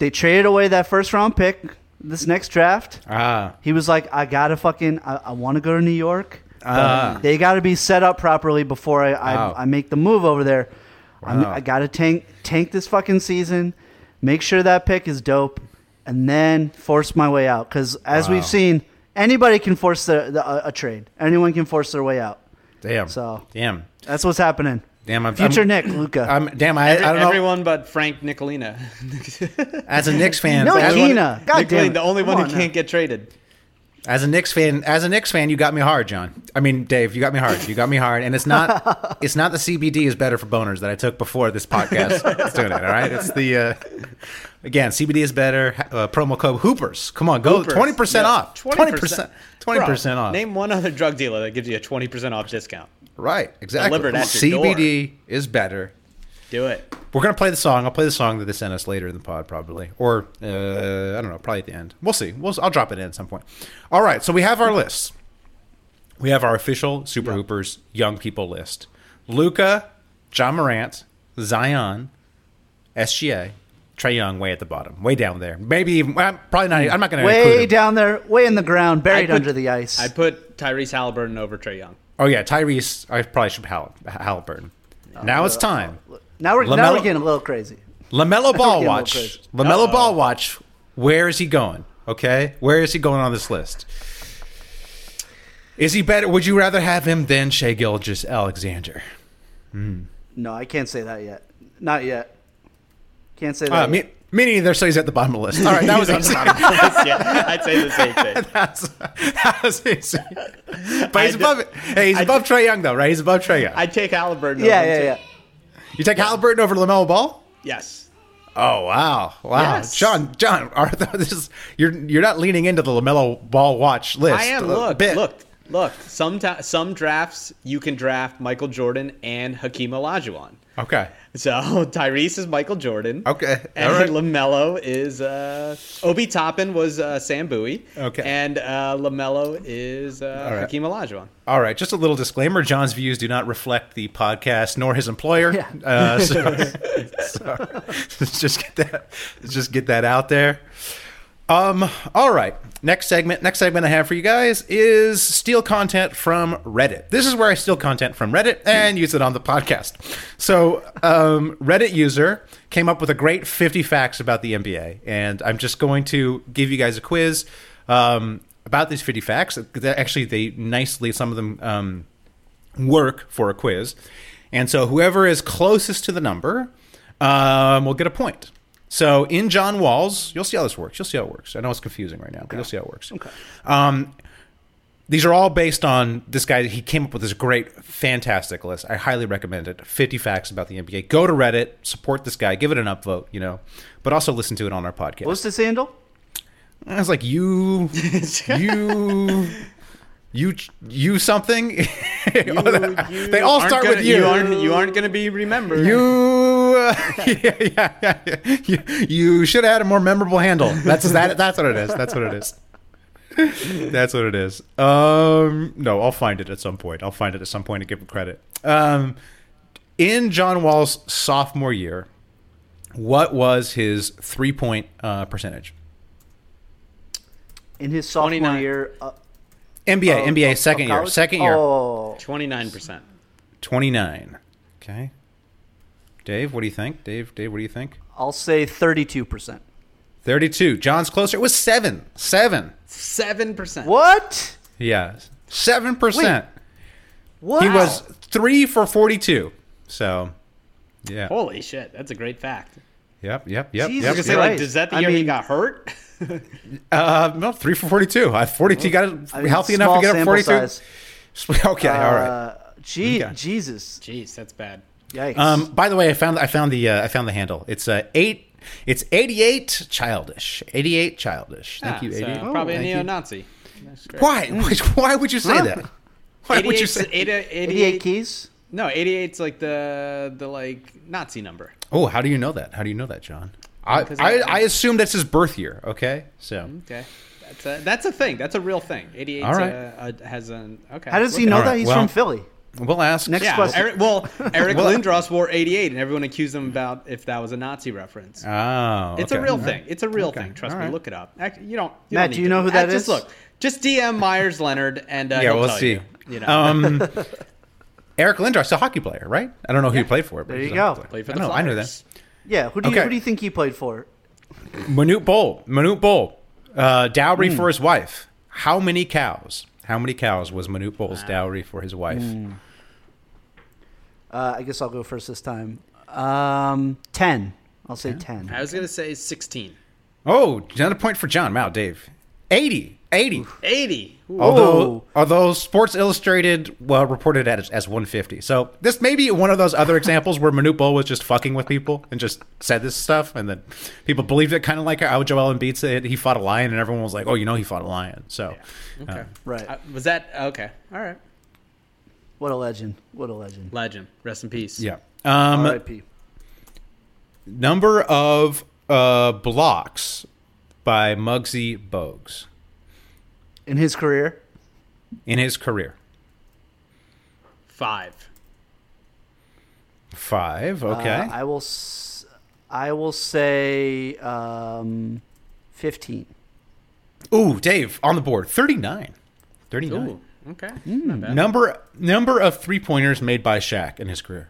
they traded away that first round pick this next draft.
Ah.
He was like, I gotta fucking, I, I want to go to New York. Ah. They gotta be set up properly before I, wow. I, I, make the move over there. Wow. I gotta tank tank this fucking season, make sure that pick is dope, and then force my way out. Because as wow. we've seen, anybody can force the, the a, a, trade. Anyone can force their way out.
Damn.
So
damn.
That's what's happening.
Damn, I'm,
future
I'm,
Nick Luca.
I'm, damn, I, Every, I don't know
everyone but Frank Nicolina.
as a Knicks fan,
Nicolina, God
Nicolina,
damn,
the only
Come
one who on can't now. get traded.
As a Knicks fan, as a Knicks fan, you got me hard, John. I mean, Dave, you got me hard. You got me hard, and it's not it's not the CBD is better for boners that I took before this podcast. it's doing it, all right. It's the uh, again CBD is better. Uh, promo code Hoopers. Come on, go twenty percent yeah. off. Twenty percent. Twenty percent off.
Name one other drug dealer that gives you a twenty percent off discount.
Right, exactly. CBD door. is better.
Do it.
We're gonna play the song. I'll play the song that they sent us later in the pod, probably, or uh, I don't know, probably at the end. We'll see. We'll, I'll drop it in at some point. All right, so we have our list. We have our official Super yeah. Hoopers young people list: Luca, John Morant, Zion, SGA, Trey Young way at the bottom, way down there. Maybe even well, probably not. I'm not going to
way down there, way in the ground, buried put, under the ice.
I put Tyrese Halliburton over Trey Young.
Oh yeah, Tyrese. I probably should Hall, Halliburton. Uh, now it's time.
Now we're, LaMelo, now we're getting a little crazy.
Lamelo Ball watch. Lamelo Uh-oh. Ball watch. Where is he going? Okay, where is he going on this list? Is he better? Would you rather have him than Shea Gilgis Alexander?
Mm. No, I can't say that yet. Not yet. Can't say that. Uh,
me, me neither. So he's at the bottom of the list. All right, that was easy.
yeah, I'd say the same thing.
That's, that was easy. But he's I'd, above. Hey, he's I'd, above Trey Young though, right? He's above Trey Young.
I'd take Halliburton.
Yeah, yeah, yeah.
You take Halliburton over Lamelo Ball?
Yes.
Oh wow, wow, yes. John, John, are, this is, you're you're not leaning into the Lamelo Ball watch list. Uh,
I am. Look, bit. look, look. Some ta- some drafts you can draft Michael Jordan and Hakeem Olajuwon.
Okay.
So Tyrese is Michael Jordan.
Okay.
And right. Lamelo is uh, Obi Toppin was uh, Sam Bowie.
Okay.
And uh, Lamelo is uh, All right. Hakeem Olajuwon.
All right. Just a little disclaimer: John's views do not reflect the podcast nor his employer. Yeah. Uh, so, so let's just get that. Let's just get that out there. Um, all right. Next segment. Next segment I have for you guys is steal content from Reddit. This is where I steal content from Reddit and use it on the podcast. So, um, Reddit user came up with a great 50 facts about the NBA, and I'm just going to give you guys a quiz um, about these 50 facts. Actually, they nicely some of them um, work for a quiz, and so whoever is closest to the number um, will get a point. So in John Wall's, you'll see how this works. You'll see how it works. I know it's confusing right now, but okay. you'll see how it works.
Okay.
Um, these are all based on this guy. He came up with this great, fantastic list. I highly recommend it. 50 facts about the NBA. Go to Reddit, support this guy, give it an upvote, you know, but also listen to it on our podcast.
What's this handle?
I was like, you, you, you you something you, you they all start
gonna,
with you
you aren't, you aren't going to be remembered
you uh, yeah, yeah, yeah, you, you should have had a more memorable handle that's that that's what it is that's what it is that's what it is um no i'll find it at some point i'll find it at some point and give him credit um in john wall's sophomore year what was his three point uh, percentage
in his sophomore 29. year uh,
NBA, um, NBA, second year, second year.
Oh.
Twenty nine percent.
Twenty nine. Okay. Dave, what do you think? Dave, Dave, what do you think?
I'll say thirty two percent.
Thirty two. John's closer. It was seven. Seven.
Seven percent.
What?
Yeah, seven percent.
What?
He was three for forty two. So, yeah.
Holy shit! That's a great fact.
Yep, yep, yep.
Jesus
yep,
yep. Like, is that the I year mean, he got hurt?
uh, no, three for forty-two. I forty-two got it, I mean, healthy enough to get up forty-two. Size. Okay, uh, all right.
Gee,
okay.
Jesus,
jeez, that's bad.
Yikes.
Um, by the way, I found I found the uh, I found the handle. It's uh, eight. It's eighty-eight childish. Eighty-eight childish. Thank ah, you. 88.
So probably oh, a neo-Nazi.
Why? Why would you say huh? that? Why would you say
88,
88 keys?
No, 88's like the the like Nazi number.
Oh, how do you know that? How do you know that, John? I, I, I assume that's his birth year. Okay, so
okay, that's a, that's a thing. That's a real thing. Eighty eight right. has an okay.
How does he know that right. he's well, from Philly?
We'll ask.
Next yeah, question.
Eric, well, Eric Lindros wore eighty eight, and everyone accused him about if that was a Nazi reference.
Oh,
it's
okay.
a real right. thing. It's a real okay. thing. Trust me. Look it up. You don't. You
Matt,
don't
do you know to. who that
I,
is?
Just look. Just DM Myers Leonard, and uh,
yeah, we'll see.
You, you know. um,
Eric Lindros, a hockey player, right? I don't know who yeah. he played for.
But there you go.
Played for the
I know,
I
know that.
Yeah, who do, okay. you, who do you think he played for?
Manute Bowl. Manute Bowl. Uh, dowry
Hmm.
mm. for his wife. How many cows? How many cows was Manute Bowl's wow. dowry for his wife? Mm.
Hmm. Uh, I guess I'll go first this time. Um, ten. I'll say yeah. ten.
I was going to say sixteen.
Oh, another point for John. Wow, Dave. Eighty. 80.
80.
Ooh. Although, although Sports Illustrated well, reported at as, as 150. So this may be one of those other examples where Manute Bol was just fucking with people and just said this stuff, and then people believed it, kind of like how Joel Embiid said he fought a lion, and everyone was like, "Oh, you know he fought a lion." So,
yeah. okay, uh,
right? Uh,
was that okay? All right.
What a legend! What a legend!
Legend. Rest in peace.
Yeah. Um,
R.I.P.
Number of uh, blocks by Mugsy Bogues.
In his career?
In his career.
Five.
Five, okay. Uh,
I will. S- I will say um, 15.
Ooh, Dave, on the board, 39. 39.
Ooh, okay.
Mm.
Number number of three pointers made by Shaq in his career.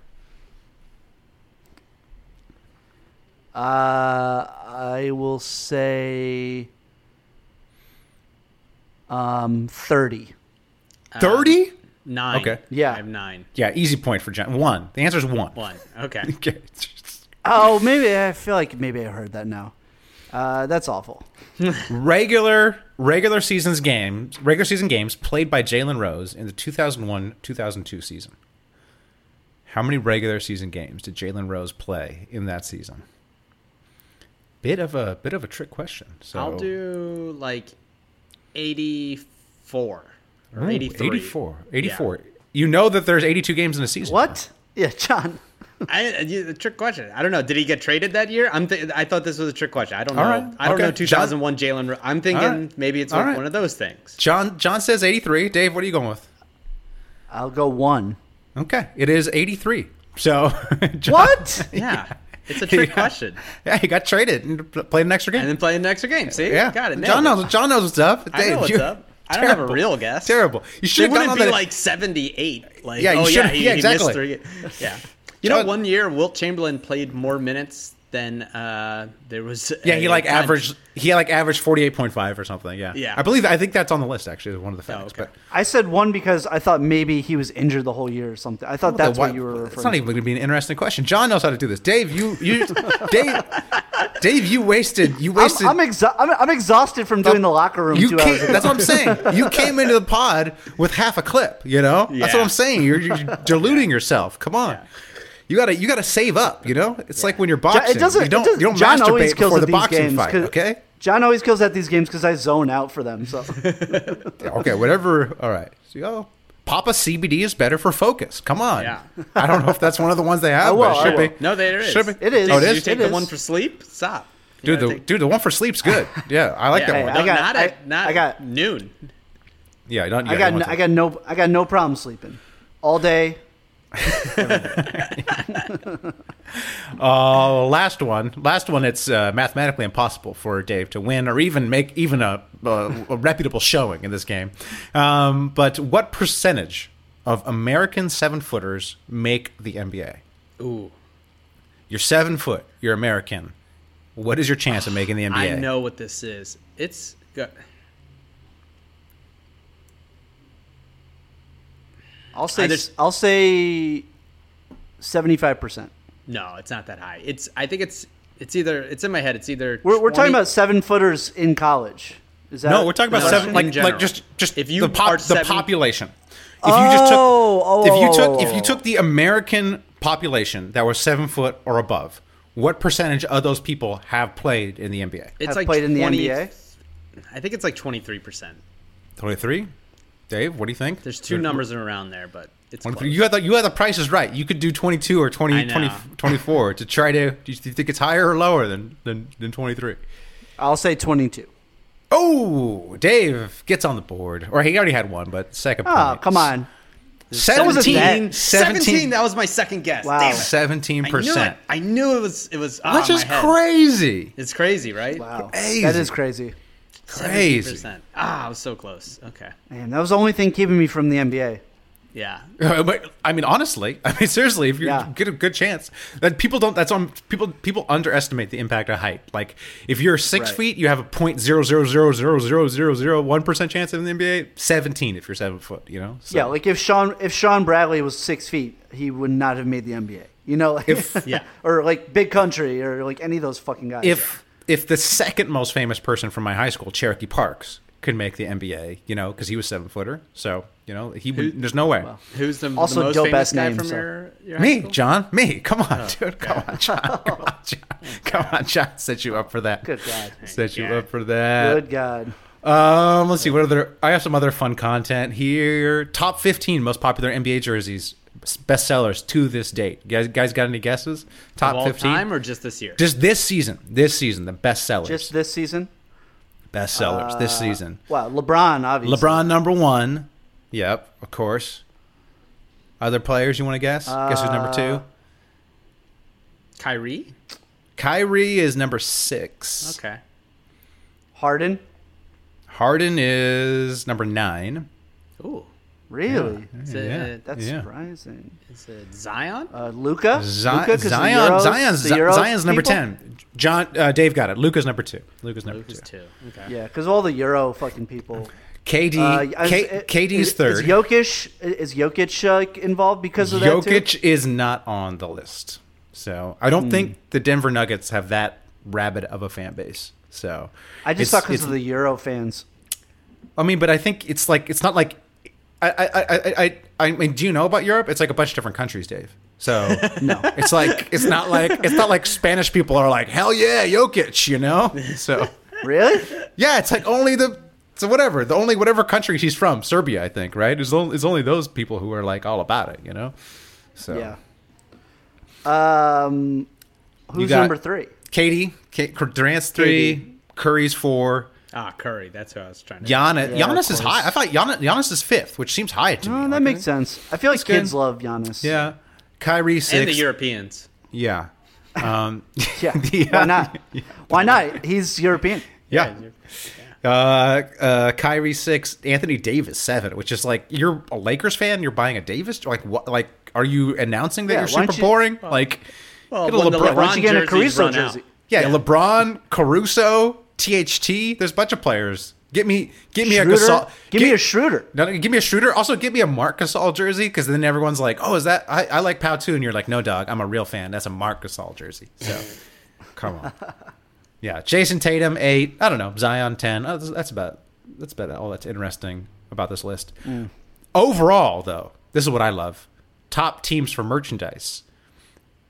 Uh, I will say um, 30.
Um,
Uh,
30?
Nine.
Okay.
Yeah.
I have nine.
Yeah, easy point for John. One. The answer is one.
One. Okay.
Okay.
Oh, maybe I feel like maybe I heard that now. Uh, that's awful.
regular regular seasons games regular season games played by Jalen Rose in the 2001-2002 season. How many regular season games did Jalen Rose play in that season? Bit of a bit of a trick question. So
I'll do like 84
Ooh,
or 83.
84. 84. You know that there's 82 games in a season.
What? Yeah, John.
I, I- you- a trick question. I don't know. Did he get traded that year? I'm. Th- I thought this was a trick question. I don't
All
know.
right.
I don't
Okay.
know. 2001 Jalen. Ro- I'm thinking
All right.
maybe it's
All
one,
right.
one of those things.
John John says 83. Dave, what are you going with?
I'll go one.
Okay, it is 83. So John-
What?
Yeah, it's a trick
Yeah.
question.
Yeah, he got traded and pl- played an extra game.
And then play the next game. See,
Yeah,
got it. nailed
John
it.
knows. John knows what's up.
I know
Dave,
what's
you-
up. I don't have a
terrible.
real guess.
Terrible. You
They
should have gone
wouldn't
on
be
that.
like 78. Like,
Yeah, you
oh yeah,
should've-
he,
yeah,
he missed
exactly.
three. Yeah. You know,
John-
one year Wilt Chamberlain played more minutes than uh, there was.
yeah,
a
he like
time.
averaged. He like averaged forty eight point five or something. Yeah.
Yeah. Oh,
I believe. I think that's on the list. Actually, is one of the facts. But
I said one because I thought maybe he was injured the whole year or something. I thought that's
Why-
what you were referring
It's not even going to be an interesting question. John knows how to do this. Dave, you, you, Dave, Dave, you wasted. You
to.
wasted.
I'm, I'm, exa- I'm, I'm exhausted from doing the locker room
you
two
came,
hours ago.
that's what I'm saying. You came into the pod with half a clip. You know, that's what
Yeah.
I'm saying. You're, you're deluding yourself. Come on, you gotta you gotta save up. You know, it's like when you're
Jo-
boxing.
It doesn't,
you don't
it doesn't,
you don't
John always
masturbate
kills
before
at
the
these
boxing
games
fight.
'cause-
Okay,
John always kills at these games because I zone out for them. So
okay, whatever. All right, so, oh, Papa CBD is better for focus. Come on.
Yeah.
I don't know if that's one of the ones they have.
Oh, I will,
but it should
I will.
be.
No, there it is.
Should be.
It is.
Oh, it
Did
is.
you take
It
the
is.
one for sleep? Stop. You
Dude, the
gotta take-
dude, the one for sleep's good. Yeah, I like
Yeah.
that one.
Hey, I
No,
got-
not at
I-
not
I got-
noon.
yeah, not, yeah,
I got no, I got no I got no problem sleeping all day.
Oh, last one. Last one. It's uh, mathematically impossible for Dave to win or even make even a, a, a reputable showing in this game. Um, but what percentage of American seven footers make the NBA?
Ooh,
You're seven foot. You're American. What is your chance of making the NBA?
I know what this is. It's good.
I'll say
I just-
I'll say seventy five percent.
No, it's not that high. It's I think it's it's either it's in my head. It's either
We're we're
20
talking about seven footers in college. Is that
No, we're talking about
No,
seven.
in
Like,
general.
like just just
If you
the, pop,
are
the
seven-
population. If you just took
Oh, oh,
if you
oh,
took
oh,
if you
oh.
took the American population that was seven foot or above, what percentage of those people have played in the NBA?
It's
Have
like
played in the
20
NBA?
I think it's like twenty three percent.
Twenty three. Dave, what do you think?
There's two numbers around there, but it's
One-
close.
You had the you had the prices right. You could do twenty two or 20,
I know.
20 24 to try to. Do you think it's higher or lower than than, than twenty three?
I'll say twenty two.
Oh, Dave gets on the board, or he already had one, but second.
Oh,
point.
come on. That wasn't
17,
that-
17, That was my second guess.
Wow.
Damn it.
Seventeen
I knew it.
percent.
I knew it was. It was. ah,
That's
my
just
head.
crazy.
It's crazy, right?
Wow.
Crazy.
That is crazy.
Crazy.
17%. Ah, I was so close. Okay.
Man, that was the only thing keeping me from the NBA.
Yeah.
Uh, But, I mean, honestly, I mean, seriously, if you
Yeah.
get a good chance, that people don't. That's on people. People underestimate the impact of height. Like, if you're six
Right.
feet, you have a point zero zero zero zero zero zero zero one percent chance in the NBA. Seventeen if you're seven foot. You know. So
Yeah, like if Sean if Sean Bradley was six feet, he would not have made the NBA. You know, like-
If-
yeah.
or like Big Country or like any of those fucking guys.
if if the second most famous person from my high school, Cherokee Parks, could make the NBA, you know, because he was seven footer. So you know, he would. There's no way.
Who's the, the
Also
most
dope
famous
ass
guy
name,
from
so-
your, your high
Me,
school? Oh.
John. Me. Come on, dude. Come on, John. Come on, John. Come on, John. Set you up for that.
Good God.
Set you
God.
up for that.
good God.
Um, let's see what other. I have some other fun content here. Top 15 most popular NBA jerseys, best sellers to this date. You guys, guys, got any guesses? Top
Of all
15.
time or just this year?
just this season, this season, the best sellers,
Just this season?
best sellers this season.
Wow, LeBron obviously.
LeBron number one. Yep, of course. Other players you want to guess? guess who's number two?
Uh, Kyrie?
Kyrie is number six.
Okay.
Harden.
Harden is number nine.
Ooh.
Really?
Yeah. Is it, yeah.
That's
Yeah.
surprising.
Is it Zion?
Uh, Luca.
Zi- Zion, Zion's, Zion's number ten. John, uh, Dave got it. Luca's number two. Luca's number
Who's
two.
two? Okay.
Yeah, because all the Euro fucking people.
KD,
Uh,
K-
is-
KD's
is,
third.
Is Jokic is Jokic uh, involved because of that too? Hmm.
Jokic is not on the list. So I don't think the Denver Nuggets have that rabid of a fan base. So
I just
it's-
thought because
it's-
of the Euro fans.
I mean, but I think it's like it's not like I I I I, I, I mean, do you know about Europe? It's like a bunch of different countries, Dave. So no, it's like it's not like it's not like Spanish people are like hell yeah, Jokic, you know. So
Really?
yeah, it's like only the so whatever the only whatever country he's from, Serbia, I think, right? It's only it's only those people who are like all about it, you know. So
Yeah. Um,
You
who's
got-
number three?
Katie, Ka- Durant's three, Curry's four.
Ah, Curry. That's who I was trying to.
Giannis,
Yeah,
Giannis
of
is high. I thought Giannis, Giannis is fifth, which seems high to me.
Oh, that makes sense. I feel like
good.
kids love Giannis.
Yeah. Kyrie six.
And the Europeans.
Yeah. Um,
Yeah. Why not? Why not? He's European.
yeah. Uh, uh, Kyrie six, Anthony Davis seven, which is like you're a Lakers fan. You're buying a Davis. Like what? Like are you announcing that
Yeah,
you're
why don't
super
you-
boring? like
Well,
get a
when the
LeBron-
Why don't you get a
jerseys
Caruso
run out.
jersey?
yeah, LeBron, Caruso, THT. There's a bunch of players. Get me, get me a
Schroeder?
Gasol.
Give me a Schroeder.
No, no, give me a shooter. Also, give me a Mark Gasol jersey because then everyone's like, "Oh, is that I, I like Pau too?" And you're like, "No, dog, I'm a real fan. That's a Mark Gasol jersey." So, come on. Yeah, Jason Tatum eight. I don't know Zion ten. Oh, that's, that's about that's about all that's interesting about this list.
Mm.
Overall, though, this is what I love: top teams for merchandise.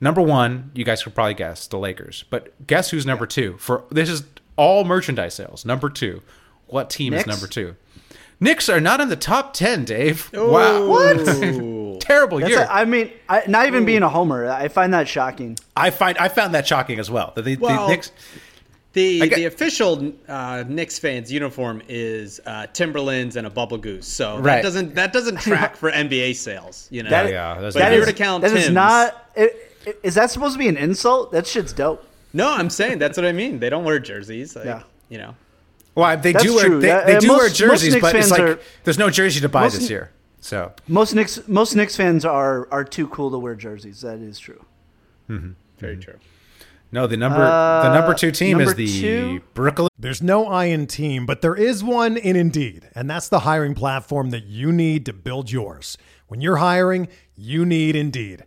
Number one, you guys could probably guess the Lakers, but guess who's number two for this is all merchandise sales. Number two, what team
Knicks?
is number two? Knicks are not in the top ten, Dave. Wow, what? Terrible
That's
year.
a, I mean, I, not even being a homer, I find that shocking.
I find I found that shocking as well. The, the,
Well,
the Knicks.
The
I get-
the official uh, Knicks fans uniform is uh, Timberlands and a bubble goose. So
Right.
that doesn't that doesn't track for NBA sales. You know.
That,
yeah, that's
but if
bad.
you
is-
were to count
that is
Timbs-
not. It, it, is that supposed to be an insult? That shit's dope.
No, I'm saying that's what I mean. They don't wear jerseys. Like,
Yeah.
You know.
Well, they
That's
do wear
true.
they,
Yeah,
they
and
do wear
most- most
jerseys,
Knicks
but it's
fans
like
are-
there's no jersey to buy
most-
this year. So
Most Knicks, most Knicks fans are are too cool to wear jerseys. That is true.
Mm-hmm.
Very true.
no, the number the uh, number two team
Uh, number
is the
two?
Brooklyn
There's no I in team, but there is one in Indeed, and that's the hiring platform that you need to build yours. When you're hiring, you need Indeed.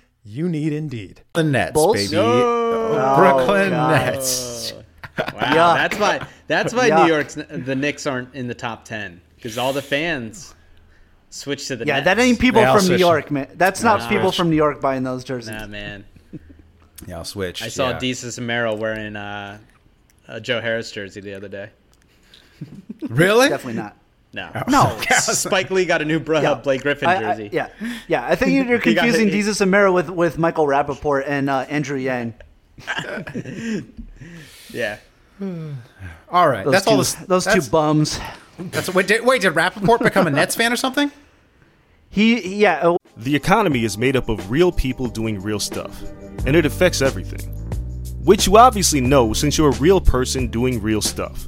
You need Indeed.
Nets,
Bulls?
baby.
No.
Oh, Brooklyn
God.
Nets.
Wow.
Yuck.
That's why that's why
Yuck.
New York's the Knicks aren't in the top ten because all the fans switch to the
Yeah,
Nets.
that ain't people
They all
from New
switch.
York, man. That's not people
switch.
from New York buying those jerseys.
Nah, man.
Yeah, I'll switch.
I saw
yeah.
Desus Samaro wearing uh, a Joe Harris jersey the other day.
Really? Oh,
Definitely not.
No,
No.
Spike Lee got a new Bruh
Yeah.
Blake Griffin
I- I-
jersey.
yeah, yeah. I think you're
He got
confusing
hit.
Jesus Amaro with with Michael Rappaport and uh, Andrew Yang.
yeah.
All right.
Those
that's
two,
all this,
those
that's,
two bums.
That's, wait, did, wait, did Rappaport become a Nets fan or something?
He, yeah. uh,
The economy is made up of real people doing real stuff, and it affects everything. Which you obviously know since you're a real person doing real stuff.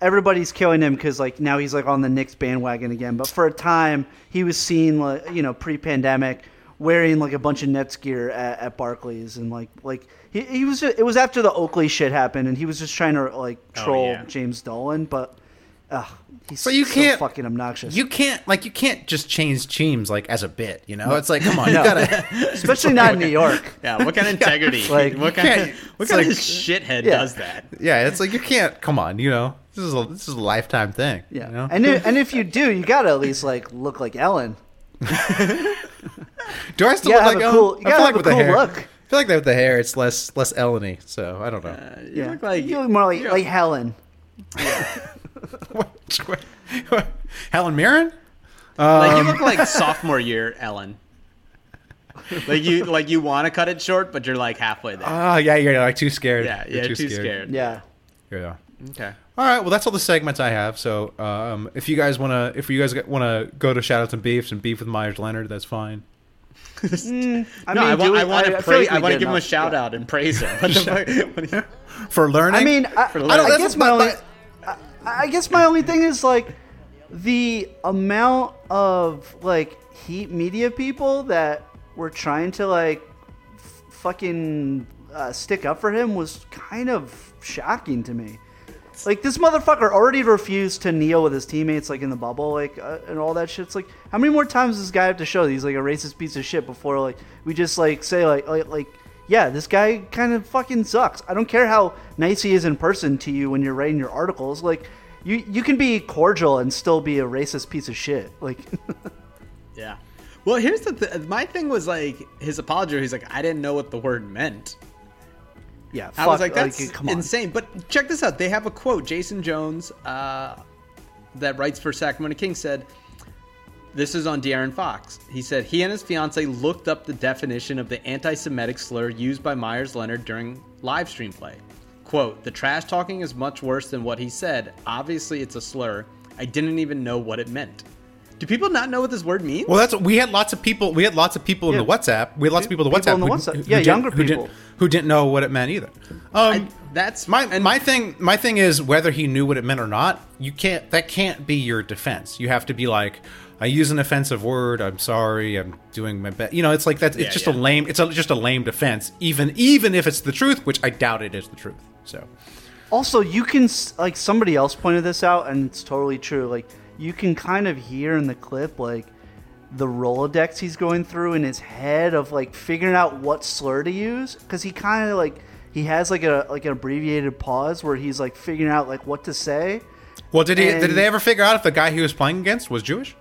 everybody's killing him because like now he's like on the Knicks bandwagon again. But for a time, he was seen like you know pre-pandemic wearing like a bunch of Nets gear at, at Barclays and like like he, he was it was after the Oakley shit happened and he was just trying to like
Oh,
troll
yeah.
James Dolan, but ugh, he's
But you
so
can't-
fucking obnoxious.
You can't like you can't just change teams like as a bit, you know?
No.
It's like come on,
No.
you gotta
Especially not in New York.
Yeah, what kind of integrity?
Like,
what kind
yeah,
of, what
it's
kind
like-
of shithead
yeah.
does that?
Yeah, it's like you can't come on, you know. This is a this is a lifetime thing. Yeah. You know?
And if, and if you do, you gotta at least like look like Ellen.
Do I still
You
look like
gotta have a
Ellen?
cool- you
I
gotta
feel
have
like
a
with the
cool
hair.
look.
I feel like that with the hair, it's less less Ellen-y, so I don't know.
Uh,
yeah, look like you look more like, like Helen.
Helen Mirren?
like you
Um,
look like sophomore year Ellen. like you like you want to cut it short, but you're like halfway there.
Ah, yeah, you're like too scared.
Yeah,
You're
yeah, too scared.
Yeah.
Yeah.
Okay.
All right. Well, that's all the segments I have. So, um, if you guys wanna, if you guys wanna go to shoutouts and beefs and beef with Myers Leonard, that's fine.
Mm, I
no,
mean,
I,
do
want,
we-
I want
I-
to
I feel like
praise.
we
I want
did
to give him a
enough.
shout out and praise him. What the fuck? What do you-
For learning,
I mean, I,
For
I,
learning.
guess my only, I, I guess my only thing is like the amount of like heat media people that were trying to like f- fucking uh, stick up for him was kind of shocking to me. Like this motherfucker already refused to kneel with his teammates, like in the bubble, like uh, and all that shit. It's like, how many more times does this guy have to show that he's like a racist piece of shit before like we just like say like like, like yeah, this guy kind of fucking sucks. I don't care how nice he is in person to you when you're writing your articles. Like, you you can be cordial and still be a racist piece of shit. Like,
Yeah. Well, here's the th- my thing was like his apology. He's like, I didn't know what the word meant.
yeah,
I was
fuck,
like, that's
come on.
insane. But check this out. They have a quote. Jason Jones, uh, that writes for Sacramento King, said, "This is on De'Aaron Fox." He said he and his fiance looked up the definition of the anti-Semitic slur used by Myers Leonard during live stream play. "Quote: The trash talking is much worse than what he said. Obviously, it's a slur. I didn't even know what it meant." Do people not know what this word means?
Well, that's we had lots of people. We had lots of people in the WhatsApp. We had lots of people in the
People
WhatsApp.
in the
who-
WhatsApp.
who
Yeah,
didn't-
younger
who didn't-
people.
who didn't know what it meant either. Um,
that's
my my thing. My thing is whether he knew what it meant or not. You can't. That can't be your defense. You have to be like, I use an offensive word. I'm sorry. I'm doing my best. You know, it's like that's. It's
Yeah,
just a
yeah.
lame. It's a, just a lame defense. Even even if it's the truth, which I doubt it is the truth. So
Also, you can s- like somebody else pointed this out, and it's totally true. Like you can kind of hear in the clip like the Rolodex he's going through in his head of like figuring out what slur to use because he kind of like he has like a like an abbreviated pause where he's like figuring out like what to say.
Well, did he? did
And-
they ever figure out if the guy he was playing against was Jewish?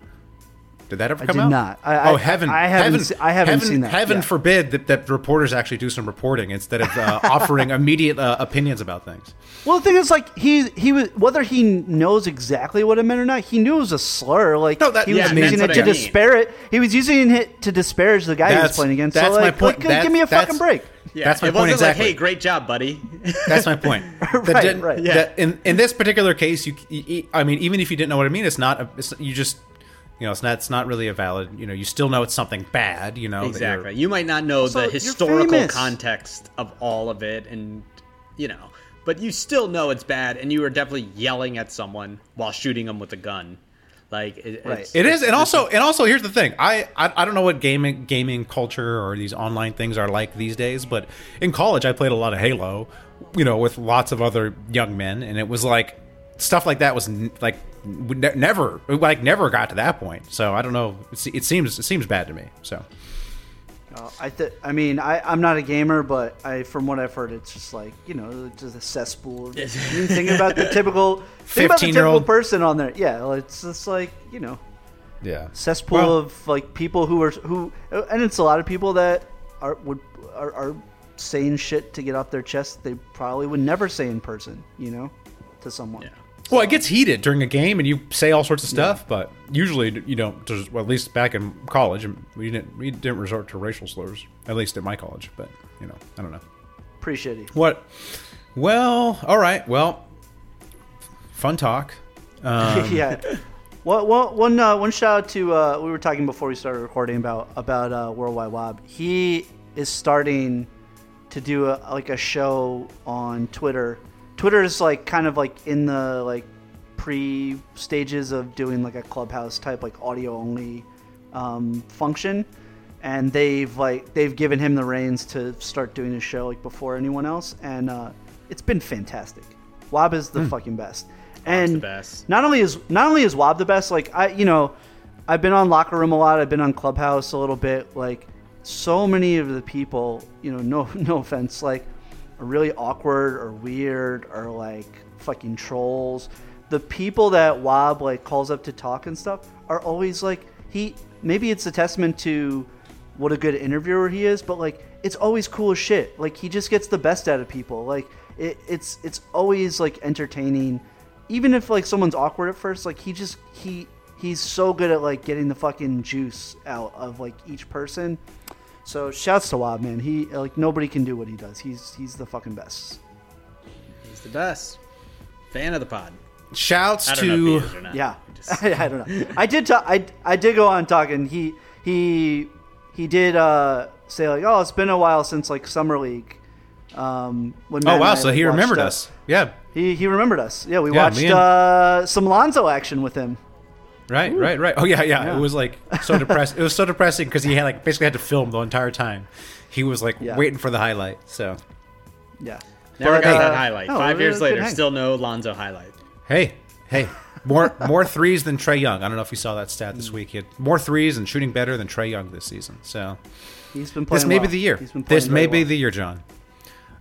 Did that ever
I
come
did
out?
not. I-
oh,
I-
heaven!
I haven't
heaven,
se- I haven't
heaven,
seen that,
Heaven
yeah.
forbid that, that reporters actually do some reporting instead of uh, offering immediate uh, opinions about things.
Well, the thing is, like he he was whether he knows exactly what it meant or not, he knew it was a slur. Like
No, that-
he
yeah,
was
I mean,
using it
that's
to
what I mean.
disparage. He was using it to disparage the guy he was
That's-
playing against.
that's
so,
my
like,
point.
like,
That's-
give me a
that's-
fucking break.
Yeah, That's my
it
point
wasn't
exactly.
like, "Hey, great job, buddy."
That's my point. That
Right,
didn't-
right.
that- in in this particular case, you, you- you- I mean, even if you didn't know what I mean, it's not. A, it's, you just, you know, it's not. It's not really a valid. You know, you still know it's something bad. You know, that you're-
exactly. You might not know
Also,
the
you're
historical
famous.
context of all of it, and you know, but you still know it's bad, and you were definitely yelling at someone while shooting them with a gun. Like it, it's,
It is,
it's-
and also, and also, here's the thing. I, I I don't know what gaming gaming culture or these online things are like these days, but in college, I played a lot of Halo, you know, with lots of other young men, and it was like stuff like that was n- like would ne- never like never got to that point. So I don't know. It, se- it seems it seems bad to me. So
Uh, I th- I mean, I I'm not a gamer, but I from what I've heard, it's just like you know, just a cesspool. Of, you think about the typical think about the typical
15-year-old.
person on there. Yeah, well, it's just like you know,
yeah,
cesspool of like people who are who, and it's a lot of people that are would are, are saying shit to get off their chest they probably would never say in person. You know, to someone.
Well, it gets heated during a game, and you say all sorts of stuff. But usually, you don't. Just, well, at least back in college, we didn't we didn't resort to racial slurs. At least at my college. But you know, I don't know.
Pretty shitty.
What? Well, all right. Well, fun talk. Um,
yeah. Well, well, one uh, one shout out to uh, we were talking before we started recording about about uh, Worldwide Wob. He is starting to do a, like a show on Twitter. Twitter is like kind of like in the like pre stages of doing like a clubhouse type like audio only um, function, and they've like they've given him the reins to start doing a show like before anyone else, and uh, it's been fantastic. Wob is the
Hmm.
fucking best
Wob's
and
the best.
not only is not only is Wob the best, like I you know, I've been on locker room a lot, I've been on clubhouse a little bit, like so many of the people, you know, no no offense, like are really awkward or weird or like fucking trolls. The people that Wob like calls up to talk and stuff are always like he maybe it's a testament to what a good interviewer he is, but like it's always cool as shit. Like he just gets the best out of people. Like it, it's it's always like entertaining, even if like someone's awkward at first. Like he just he he's so good at like getting the fucking juice out of like each person. So shouts to Wob man. He like nobody can do what he does. He's he's the fucking best.
He's the best. Fan of the pod.
Shouts
I don't know if
to-
he is or not.
Yeah, I, I don't know. I did talk. I, I did go on talking. He he he did uh, say like, oh, it's been a while since like summer league. Um, when Matt
oh
and
wow,
I
so he
watched,
remembered
uh,
us. Yeah,
He he remembered us. Yeah, we
Yeah,
watched
me and-
uh, some Lonzo action with him.
right,
Ooh.
right, right. Oh yeah, yeah.
Yeah.
It was like so depressing. it was so depressing because he had like basically had to film the entire time. He was like
Yeah.
waiting for the highlight. So
Yeah,
Never
But,
got that
uh,
highlight.
no,
Five
it
years
was a good
later,
hang.
still no Lonzo highlight.
hey, hey, more more threes than Trey Young. I don't know if you saw that stat
Mm.
this week. He had more threes and shooting better than Trey Young this season. So
He's been
this
playing
may be
well.
the year.
He's been
This
playing
may
very
be
well.
the year, John.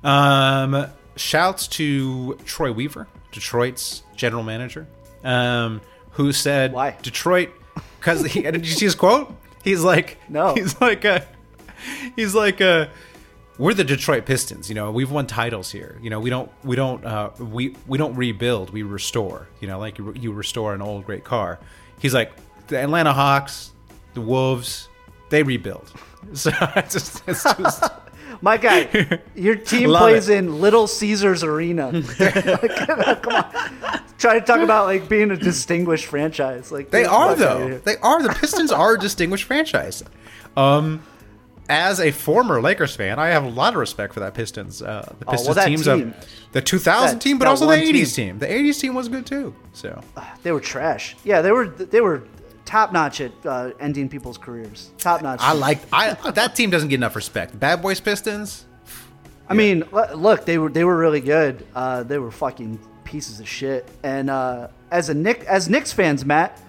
Um, shouts to Troy Weaver, Detroit's general manager, um, who said Why? Detroit because he did you see his quote? He's like no. He's like uh he's like uh we're the Detroit Pistons, you know. We've won titles here. You know, we don't we don't uh, we we don't rebuild, we restore. You know, like you, you restore an old great car. He's like the Atlanta Hawks, the Wolves, they rebuild. So it's just, it's just
My guy, your team
Love
plays
it.
in Little Caesars Arena. Like, come on, try to talk about like being a distinguished franchise. Like
They
get the
are
fuck outta
though.
here.
They are. The Pistons are a distinguished franchise. Um, as a former Lakers fan, I have a lot of respect for that Pistons. Uh, the
Oh, well,
Pistons
that
teams
team.
of the 2000
That-
team, but
that
also the
one
80s
team.
team. The 80s team was good too. So
They were trash. Yeah, they were they were top notch at uh, ending people's careers. Top notch.
I like I that team doesn't get enough respect. Bad Boys Pistons.
I mean, l- look, they were they were really good. Uh, they were fucking pieces of shit. And uh, as a Nick as Knicks fans, Matt,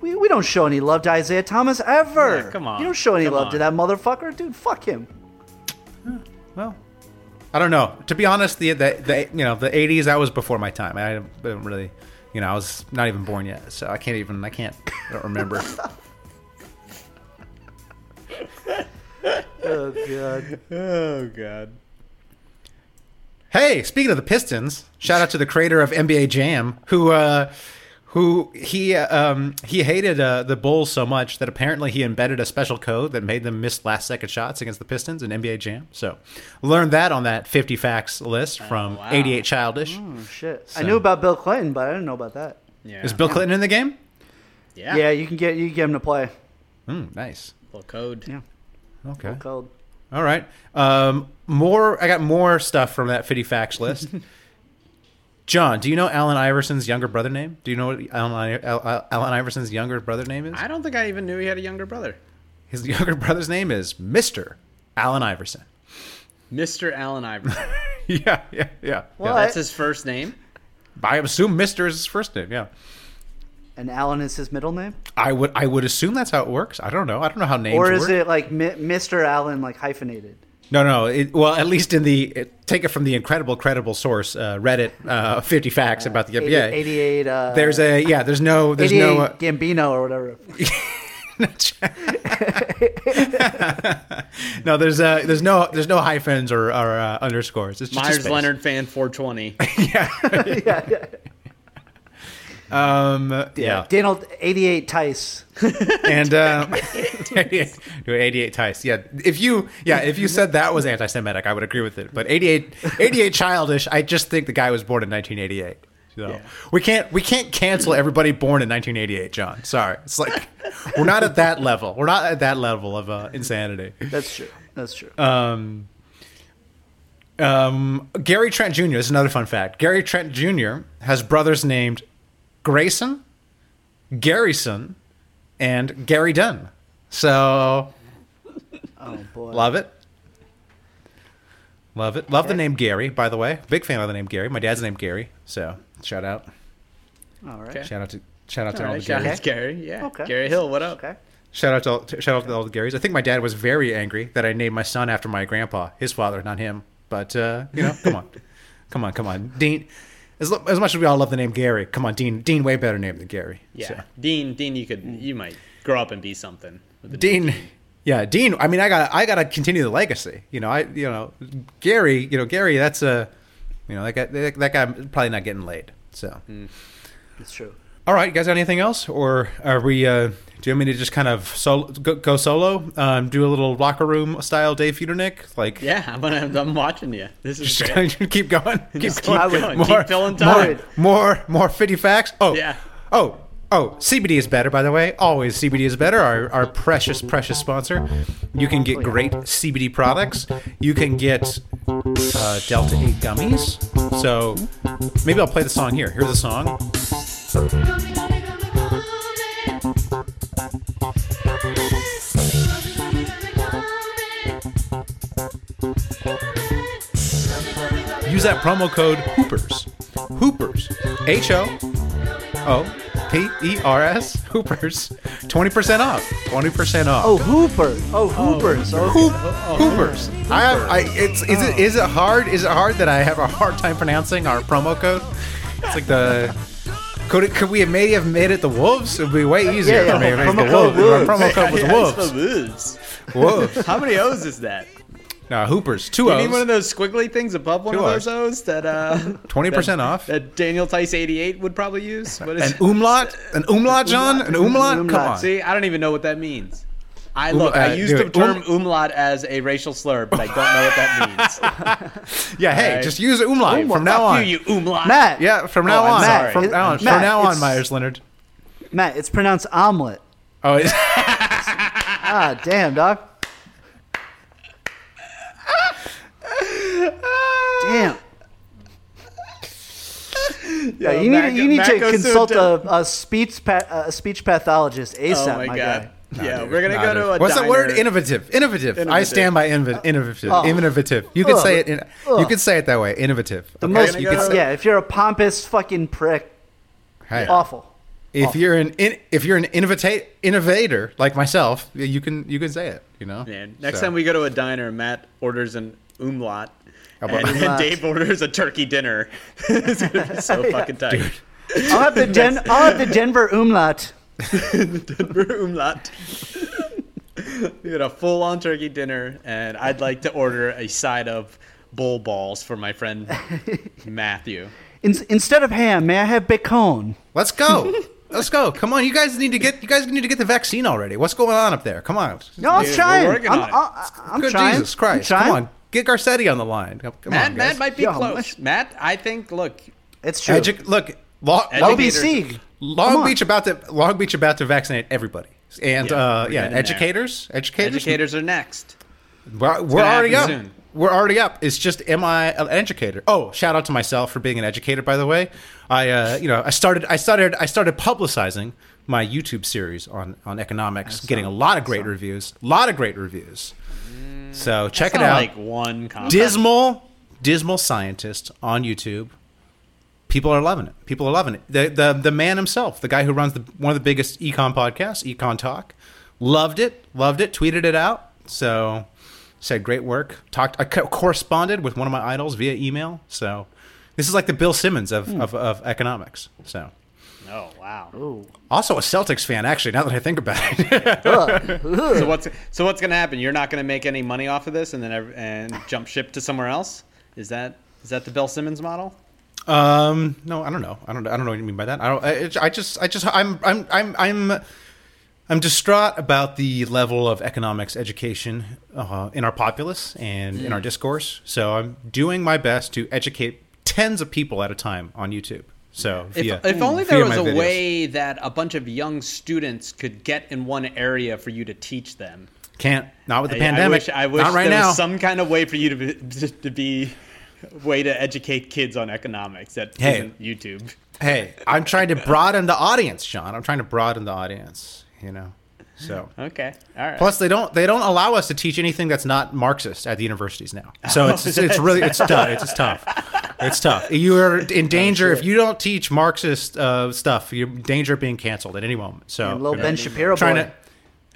we, we don't show any love to Isaiah Thomas ever.
Yeah, come on.
you don't show any
Come
love
on.
to that motherfucker, dude. Fuck him.
I don't know. To be honest, the, the the you know the 80s that was before my time. I don't, I don't really, you know, I was not even born yet, so I can't even. I can't. I don't remember.
Oh god.
Oh god.
Hey, speaking of the Pistons, shout out to the creator of NBA Jam, who uh, who he uh, um, he hated uh, the Bulls so much that apparently he embedded a special code that made them miss last second shots against the Pistons in NBA Jam. So, learned that on that 50 facts list from 88
Hmm.
Childish.
Oh, Shit. I
So-
knew about Bill Clinton, but I didn't know about that.
Yeah.
Is Bill Clinton in the game?
Yeah. you can get you can get him to play.
Hmm, nice.
Little code.
Yeah.
Okay.
Code.
All right. Um, more. I got more stuff from that 50 facts list. John, do you know Allen Iverson's younger brother name? Do you know what Allen, Al- Allen Iverson's younger brother name is?
I don't think I even knew he had a younger brother.
His younger brother's name is Mr. Allen Iverson.
Mr. Allen Iverson.
yeah, yeah, yeah.
Well, that's his first name.
I assume Mr. is his first name. Yeah,
And Allen is his middle name,
I would. I would assume that's how it works. I don't know. I don't know how names
or is
work.
it like Mi- Mr. Allen, like hyphenated?
No, no. It, well, at least in the it, take it from the incredible, credible source, uh, Reddit, uh, fifty facts about the
80
NBA.
88. Uh,
there's a yeah. There's no. There's
88
no. Uh,
Gambino or whatever.
no. There's uh, There's no. There's no hyphens or, or uh, underscores. It's just a
Myers
space.
Leonard fan 420.
Um. Yeah.
Daniel 88 Tice.
and um, 88, 88 Tice. Yeah, if you yeah if you said that was anti-Semitic, I would agree with it. But 88, 88 childish. I just think the guy was born in 1988. So we can't we can't cancel everybody born in 1988, John. Sorry, it's like we're not at that level. We're not at that level of uh, insanity.
That's true. That's true.
Um, um, Gary Trent Jr. This is another fun fact. Gary Trent Jr. has brothers named Grayson, Garrison, and Gary Dunn. So
Oh boy.
Love it. Love it. Love the name Gary, by the way. Big fan of the name Gary. My dad's name Gary. So shout out.
All right.
Shout out to shout out to
All
all
right,
the Garys.
shout out to Gary. Yeah. Gary Hill, what up?
Okay.
Shout out to all, shout out to all the Garys. I think my dad was very angry that I named my son after my grandpa, his father, not him. But uh, you know, come on, come on, come on, Dean. As, lo- as much as we all love the name Gary, come on, Dean. Dean, way better name than Gary.
Yeah,
So.
Dean. Dean, you could you might grow up and be something.
Dean. Yeah, Dean. I mean, I got I got to continue the legacy. You know, I you know, Gary. You know, Gary. That's a, you know, that guy. That, that guy probably not getting laid. So,
Hmm.
That's true.
all right, you guys, got anything else, or are we? Uh, do you want me to just kind of solo, go, go solo? Um, do a little locker room style Dave Feudernick? Like,
Yeah, I'm, gonna, I'm watching you. This is
just
great.
keep going, keep
Just keep
going,
going, keep
more,
filling
more,
time.
more, more fifty facts. Oh,
Yeah.
Oh, oh, CBD is better, by the way. Always CBD is better. Our, our precious, precious sponsor. You can
Oh,
get great CBD products. You can get uh, Delta 8 gummies. So maybe I'll play the song here. Here's the song. Use that promo code Hoopers. Hoopers. H O O P E R S. Hoopers. 20% off. 20% off.
Oh Hooper. Oh Hoopers. Oh,
Hoopers. I have. I. It's. Is it. Is it hard? Is it hard that I have a hard time pronouncing our promo code? It's like the. Could it? Could we have maybe have made it the wolves? It'd be way easier
Yeah,
for me.
yeah,
to make
promo
the
code
wolves. If Our
Wolves.
promo code was
Yeah, it's
wolves.
the wolves.
Wolves.
How many O's is that?
No, hoopers. Two
You need one
O's.
of those squiggly things above one
Two
of
O's.
those O's that uh
20%
that-
off.
that Daniel Tice eighty eight would probably use. What is
An umlaut. An umlaut, John. An umlaut. Come on.
See, I don't even know what that means. I
Um-
look. I
uh,
used
do
the
it.
term umlaut as a racial slur, but I don't know what that means.
Yeah. Hey,
Alright.
just use umlaut from now
Fuck
on.
You, you umlaut.
Matt.
Yeah. From
Oh,
now
I'm
on.
sorry.
From now on. From
Matt,
now on,
it's-
Myers Leonard.
Matt, it's pronounced omelet.
Oh. It's,
Ah, damn, dog. damn. Yeah, you need
Matt-
you need
Matt
to
goes to a
consult
del-
a, a speech pa- a speech pathologist ASAP,
oh my,
my,
god.
guy.
yeah, we're gonna go to a
What's
diner.
the word? Innovative. Innovative. I
Innovative.
stand by inv- innovative.
Oh.
Innovative. You could
Ugh.
say it. In, you
Ugh.
could say it that way. Innovative.
The
Okay?
most,
You could say-
yeah. If you're a pompous fucking prick,
Hey,
awful.
If you're an in, if you're an innovate, innovator like myself, you can you can say it. You know.
Man, next
So.
time we go to a diner, Matt orders an umlaut,
How
and,
about-
and Dave orders a turkey dinner. it's gonna be so
Yeah.
fucking tight.
I'll have the Den- I'll have the Denver umlaut.
Denver umlaut. we had a full-on turkey dinner, and I'd like to order a side of bull balls for my friend Matthew.
In- instead of ham, may I have bacon?
Let's go. Let's go. Come on, you guys need to get you guys need to get the vaccine already. What's going on up there? Come on.
No, I'm
Dude, we're
trying.
working
I'm,
on it.
I- I- I'm
Good
trying.
Jesus Christ.
I'm
Come
trying.
on. Get Garcetti on the line. Come on,
Matt,
guys.
Matt might be
Yo,
close. Matt, I think. Look,
It's true.
Edu- look, Long, Long Beach,
LBC.
Educators.
Come
Long
on.
Beach about to Long Beach about to vaccinate everybody, and
Yeah,
uh,
we're
yeah,
getting there.
educators, educators,
educators are next.
We're, we're
gonna
already up.
happen soon.
We're already up. It's just, am I an educator? Oh, shout out to myself for being an educator, by the way. I, uh, you know, I started, I started, I started publicizing my YouTube series on on economics, getting a lot of great reviews, a lot of great reviews. So check it
Not
out.
Like one comment.
Dismal, dismal scientist on YouTube. People are loving it. People are loving it. The the the man himself, the guy who runs the, one of the biggest econ podcasts, Econ Talk, loved it. Loved it. Tweeted it out. So said great work. Talked. I co- corresponded with one of my idols via email. So this is like the Bill Simmons of of, of economics. So.
Oh wow.
Also a Celtics fan, actually. Now that I think about it,
So what's so what's gonna happen? You're not gonna make any money off of this, and then ev- and jump ship to somewhere else. Is that is that the Bill Simmons model?
Um, no, I don't know. I don't. I don't know what you mean by that. I don't. I, it- I just. I just. I'm. I'm. I'm. I'm. I'm distraught about the level of economics education uh, in our populace and
Mm.
in our discourse. So I'm doing my best to educate tens of people at a time on YouTube. So
if,
via-
if only there
via
was
my
a
videos.
way that a bunch of young students could get in one area for you to teach them.
Can't. Not with the
I-
pandemic.
I wish, I wish
Not right
there
now.
was some kind of way for you to be, to be way to educate kids on economics that
Hey.
not YouTube.
Hey, I'm trying to broaden the audience, Sean. I'm trying to broaden the audience. You know. So.
Okay. All right.
Plus, they don't they don't allow us to teach anything that's not Marxist at the universities now.
Oh.
So it's it's, it's really it's tough. It's tough. It's tough. You are in danger if you don't teach Marxist uh, stuff. You're in danger of being canceled at any moment. So
And little
you know,
Ben Shapiro
trying
boy.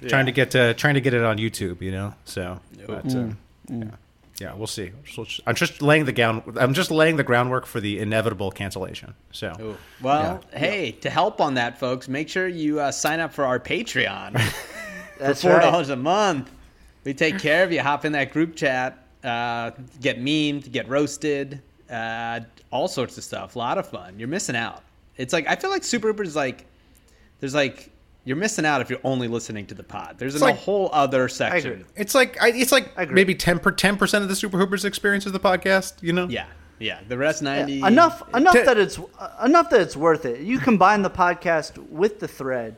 to trying to get uh, trying to get it on YouTube. You know. So but, uh,
Mm, mm.
yeah, we'll see. So- I'm just laying the gown. I'm just laying the groundwork for the inevitable cancellation. So.
Well, hey, to help on that, folks, make sure you uh, sign up for our Patreon for
That's
four
right.
dollars a month. We take care of you. Hop in that group chat, uh, get memed, get roasted, uh, all sorts of stuff. A lot of fun. You're missing out. It's like I feel like Super Hooper is like there's like you're missing out if you're only listening to the pod. There's
It's
a
like-
whole other section.
It's like I, it's like maybe ten per ten percent of the Super Hoopers experience of the podcast. You know,
yeah, yeah. The rest ninety
enough enough that it's uh, enough that it's worth it. You combine the podcast with the thread,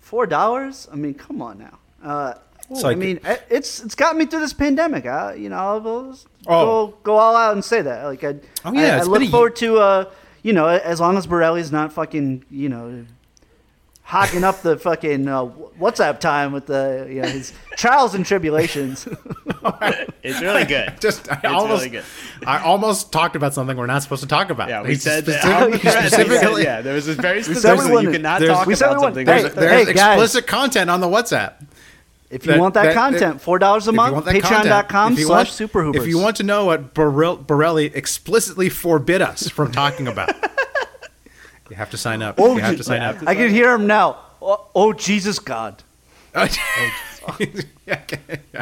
four dollars. I mean, come on now. Uh,
It's
I
like-
mean, I- it's it's got me through this pandemic. I, you know, I'll go,
Oh.
go go all out and say that. Like I,
Oh, yeah,
I, I
it's
look
been a
forward to uh, you know, as long as Borelli's not fucking, you know. Hogging up the fucking uh, WhatsApp time with the you know, his trials and tribulations.
It's really good.
Just I
it's
almost,
really good.
I almost talked about something we're not supposed to talk about.
Yeah, we
He's
said that.
specific-
on the thread, we said-
specifically-
yeah, there was this very
We said
specific.
we wanted-
you cannot
there's-
talk
we said
about
we wanted-
something.
There's,
like that.
there's
hey, guys.
explicit content on the WhatsApp.
If you want that content, $4 a
if you
month,
want that
patreon.com
content, if you want-
slash superhoopers.
If you want to know what Borel- Borelli explicitly forbid us from talking about, you have to sign up.
Oh,
you have
Je-
to sign up.
I can hear him now. Oh, oh, Jesus God.
Oh,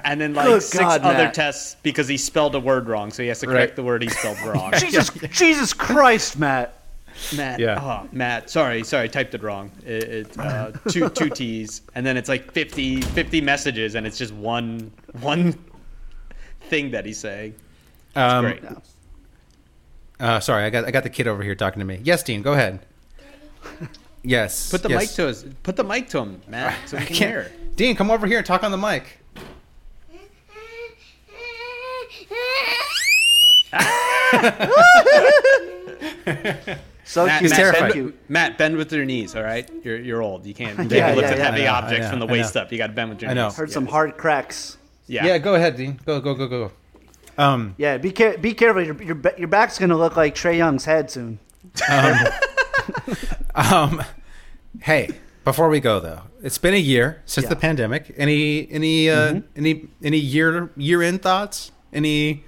and then like
Good
six
God,
other
Matt.
tests because he spelled a word wrong, so he has to correct
Right.
the word he spelled wrong.
Jesus, Jesus Christ, Matt.
Matt,
Yeah.
oh, Matt, sorry, sorry, typed it wrong. It, it, uh, two two T's, and then it's like 50, 50 messages, and it's just one one thing that he's saying. It's
Um,
great.
Uh, sorry, I got I got the kid over here talking to me. Yes, Dean, go ahead. Yes.
Put the
yes.
mic to us. Put the mic to him, Matt, so we can
can't-
hear.
Dean, come over here and talk on the mic.
So
Matt,
cute.
Matt,
He's
bend,
terrifying.
Matt, bend with your knees. All right, you're you're old. You can't you
Yeah,
can't lift
yeah,
up
yeah. I
heavy
know,
objects
I
from the
know, I
waist
know.
up. You got to bend with your
I know.
knees.
Heard
Yeah.
some hard cracks.
Yeah.
Yeah, go ahead, Dean. Go go go go. Um,
Yeah, be, care- be careful. Your, your, ba- your back's going to look like Trey Young's head soon.
um, um, hey, before we go though, it's been a year since the pandemic. Any any uh,
Mm-hmm.
any any year year end thoughts? Any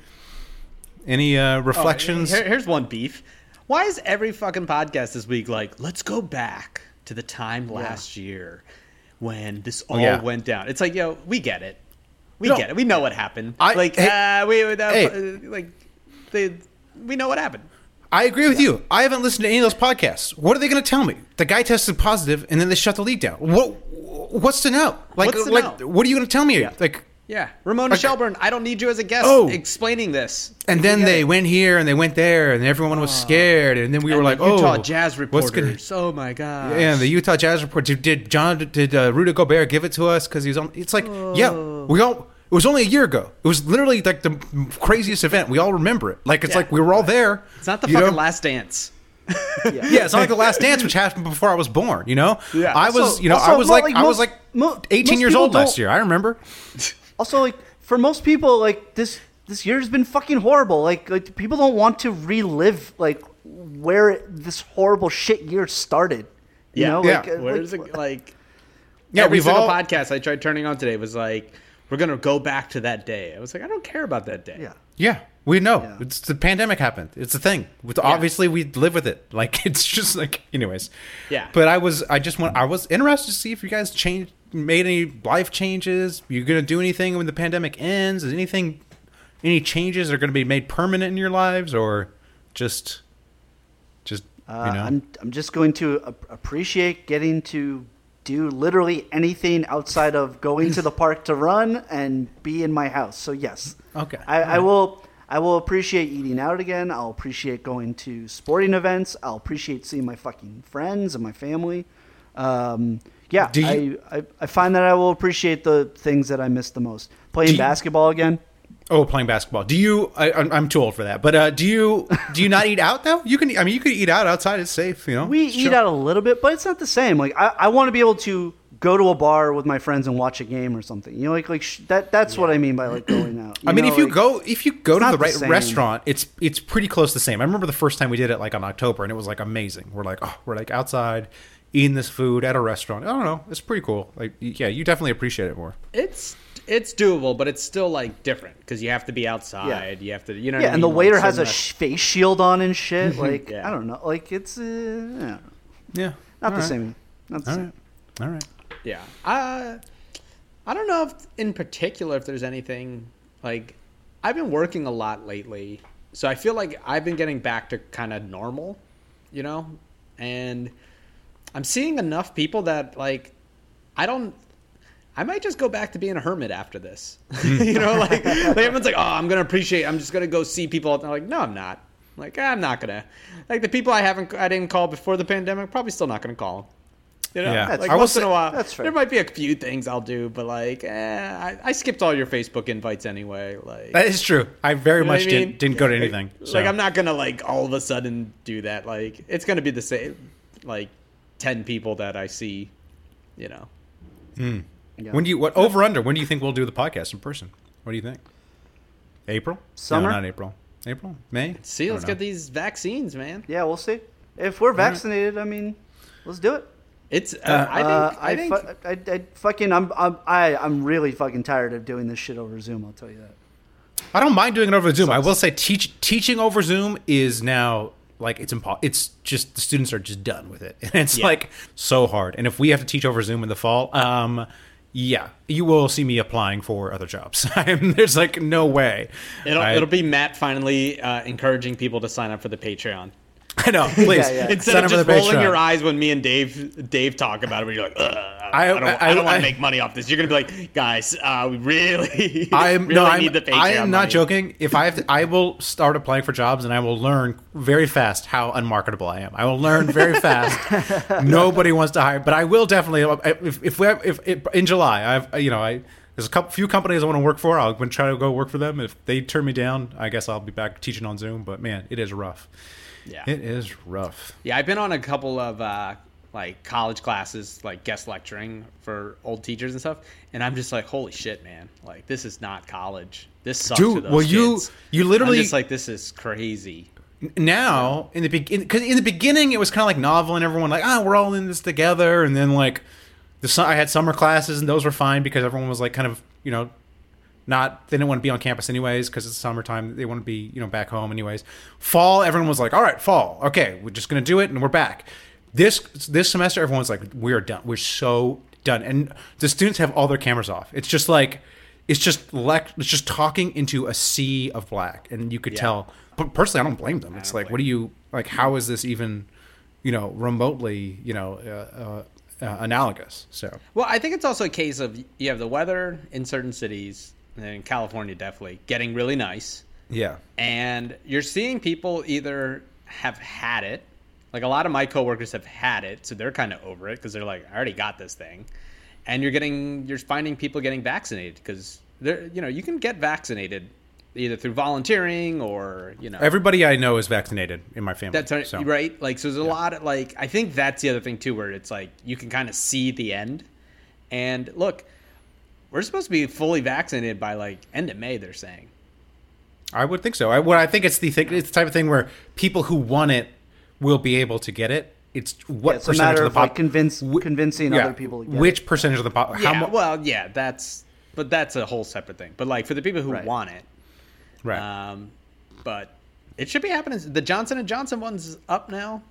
any uh,
Oh,
reflections?
here- here's one beef. Why is every fucking podcast this week like, let's go back to the time last year when this
Oh,
all
yeah.
went down? It's like, yo, we get it. We
No.
get it. We know what happened.
I-
like,
hey-
uh, we uh,
hey.
like, they, we know what happened.
I agree with you. I haven't listened to any of those podcasts. What are they going to tell me? The guy tested positive, and then they shut the league down. What? What's to know? Like,
What's to
like,
know?
what are you going to tell me? Like,
Yeah, Ramona Shelburne. I don't need you as a guest
Oh.
explaining this.
and then they went here and they went there, and everyone was scared, and then we were like,
Uh, Utah
oh,
Jazz
what's
reporters.
gonna-
oh my god.
Yeah, the Utah Jazz report. Did, did John? Did uh, Rudy Gobert give it to us because he was on? It's like, yeah,
Oh.
we all. It was only a year ago. It was literally like the craziest event. We all remember it. Like it's
Yeah.
like we were all there.
It's not the
you know?
fucking Last Dance.
yeah, it's not like the Last Dance, which happened before I was born. You know,
Yeah.
I was,
Also-
you know, I
also,
was
mo-
like, I was
most-
like
mo-
18
most
years
people
old last
don't-
year. I remember.
Also, like, for most people, like, this this year has been fucking horrible. Like, like people don't want to relive, like, where it- this horrible shit year started. You know? Like, uh,
Where
like-
is it? Like,
Yeah,
every
we've
single
all-
podcast I tried turning on today was like, "We're gonna go back to that day." I was like, "I don't care about that day." Yeah.
Yeah, we know. It's the pandemic happened. It's a thing. With obviously we live with it. Like it's just like anyways.
Yeah.
But I was I just want I was interested to see if you guys changed made any life changes. You're gonna do anything when the pandemic ends? Is anything any changes are gonna be made permanent in your lives or just just
Uh,
you know
I'm I'm just going to ap- appreciate getting to do literally anything outside of going to the park to run and be in my house. So yes,
Okay.
I, I will. I will appreciate eating out again. I'll appreciate going to sporting events. I'll appreciate seeing my fucking friends and my family. Um, yeah,
Do you-
I, I, I find that I will appreciate the things that I miss the most. Playing
Do you-
basketball again.
Oh, playing basketball. Do you? I, I'm I'm too old for that. But uh, do you? Do you not eat out though? You can. I mean, you could eat out outside. It's safe. You know.
We eat out a little bit, but it's not the same. Like I, I want to be able to go to a bar with my friends and watch a game or something. You know, like like sh- that. That's what I mean by like going out.
I mean,
know,
if you
like-
go if you go to
it's not
the
the
right
same.
restaurant, it's it's pretty close to the same. I remember the first time we did it like on October, and it was like amazing. We're like, oh, we're like outside eating this food at a restaurant. I don't know, it's pretty cool. Like, yeah, you definitely appreciate it more.
It's it's doable, but it's still like different because you have to be outside. You have to, you know.
yeah,
what I
and the
mean?
waiter
Like, so
has a
much-
sh- face shield on and shit. Like
Yeah.
I don't know. Like it's uh, I don't know.
yeah,
not the
Alright.
same. Not the
Alright.
same.
All right.
Yeah. Uh, I don't know if in particular if there's anything like I've been working a lot lately. So I feel like I've been getting back to kind of normal, you know? And I'm seeing enough people that like I don't I might just go back to being a hermit after this. you know, like, like everyone's like, "Oh, I'm going to appreciate. I'm just going to go see people." And I'm like, "No, I'm not." I'm like, "Ah, I'm not going to. Like the people I haven't I didn't call before the pandemic, probably still not going to call. 'em. You know,
Yeah. That's-
like
I will
once in
say-
a while,
that's fair.
there might be a few things I'll do, but like, eh, I, I skipped all your Facebook invites anyway. Like
That is true. I very
You know
much
what I mean?
didn't didn't go to
Like-
anything.
Like,
so.
I'm not gonna like all of a sudden do that. Like it's gonna be the same, like ten people that I see. You know,
Hmm.
Yeah.
When do you what over under? When do you think we'll do the podcast in person? What do you think? April?
Summer?
No, not April. April? May? I
see,
don't
let's
know.
get these vaccines, man.
Yeah, we'll see. If we're vaccinated, I mean, let's do it.
It's. Uh,
Uh,
I think. I think.
fu- I, I fucking I'm I'm I, I'm really fucking tired of doing this shit over Zoom. I'll tell you that.
I don't mind doing it over Zoom. I will say teach, teaching over Zoom is now like it's impo- it's just the students are just done with it. And it's
Yeah.
like so hard. And if we have to teach over Zoom in the fall, um yeah, you will see me applying for other jobs. I'm, there's like no way.
It'll,
I-
it'll be Matt finally uh, encouraging people to sign up for the Patreon.
I know. Oh, Please
Instead
sign
of
up for
just
the
rolling
Patreon.
your eyes when me and Dave Dave talk about it, where you're like, Ugh, I,
I-
don't, I,
I-
don't
I-
want to make money off this. You're gonna be like, guys, uh, we really,
I'm
really
no, I'm,
need the Patreon.
I am not
money."
joking. If I have to, I will start applying for jobs and I will learn very fast how unmarketable I am. I will learn very fast. Nobody wants to hire, but I will definitely if if we have, if, if in July I've you know I there's a couple few companies I want to work for. I'll gonna try to go work for them. If they turn me down, I guess I'll be back teaching on Zoom. But man, it is rough.
Yeah.
it is rough.
Yeah, I've been on a couple of uh, like college classes, like guest lecturing for old teachers and stuff, and I'm just like, holy shit, man! Like this is not college. This sucks.
Dude,
for those
well, you-
kids.
you literally-
I'm just like this is crazy.
N- now in the beginning because in the beginning it was kind of like novel and everyone like ah we're all in this together and then like the su- i had summer classes and those were fine because everyone was like kind of you know not they didn't want to be on campus anyways because it's summertime they want to be you know back home anyways fall everyone was like all right fall okay we're just gonna do it and we're back this this semester everyone's like we're done we're so done and the students have all their cameras off it's just like it's just lec- it's just talking into a sea of black and you could
Yeah.
tell but personally i don't blame them it's like what do you like how is this even you know remotely you know uh, uh, uh, analogous so
Well, I think it's also a case of you have the weather in certain cities, and in California definitely getting really nice.
yeah
and you're seeing people either have had it like a lot of my coworkers have had it so they're kind of over it because they're like i already got this thing and you're getting you're finding people getting vaccinated because they're you know you can get vaccinated either through volunteering or you know
everybody i know is vaccinated in my family
that's right,
so.
right. Like, so there's a lot of like. I think that's the other thing too, where it's like you can kind of see the end. And look, we're supposed to be fully vaccinated by like end of May. They're saying.
I would think so. I well, I think it's the thing. It's the type of thing where people who want it will be able to get it. It's what
Yeah, it's a
percentage
matter
of
of,
the pop-
like convince, convincing
yeah,
other people to get
which
it.
percentage of the pop-
yeah,
Uh, how mu-
well, yeah, that's but that's a whole separate thing. But like for the people who
Right.
want it,
right?
um, but it should be happening. The Johnson and Johnson one's up now.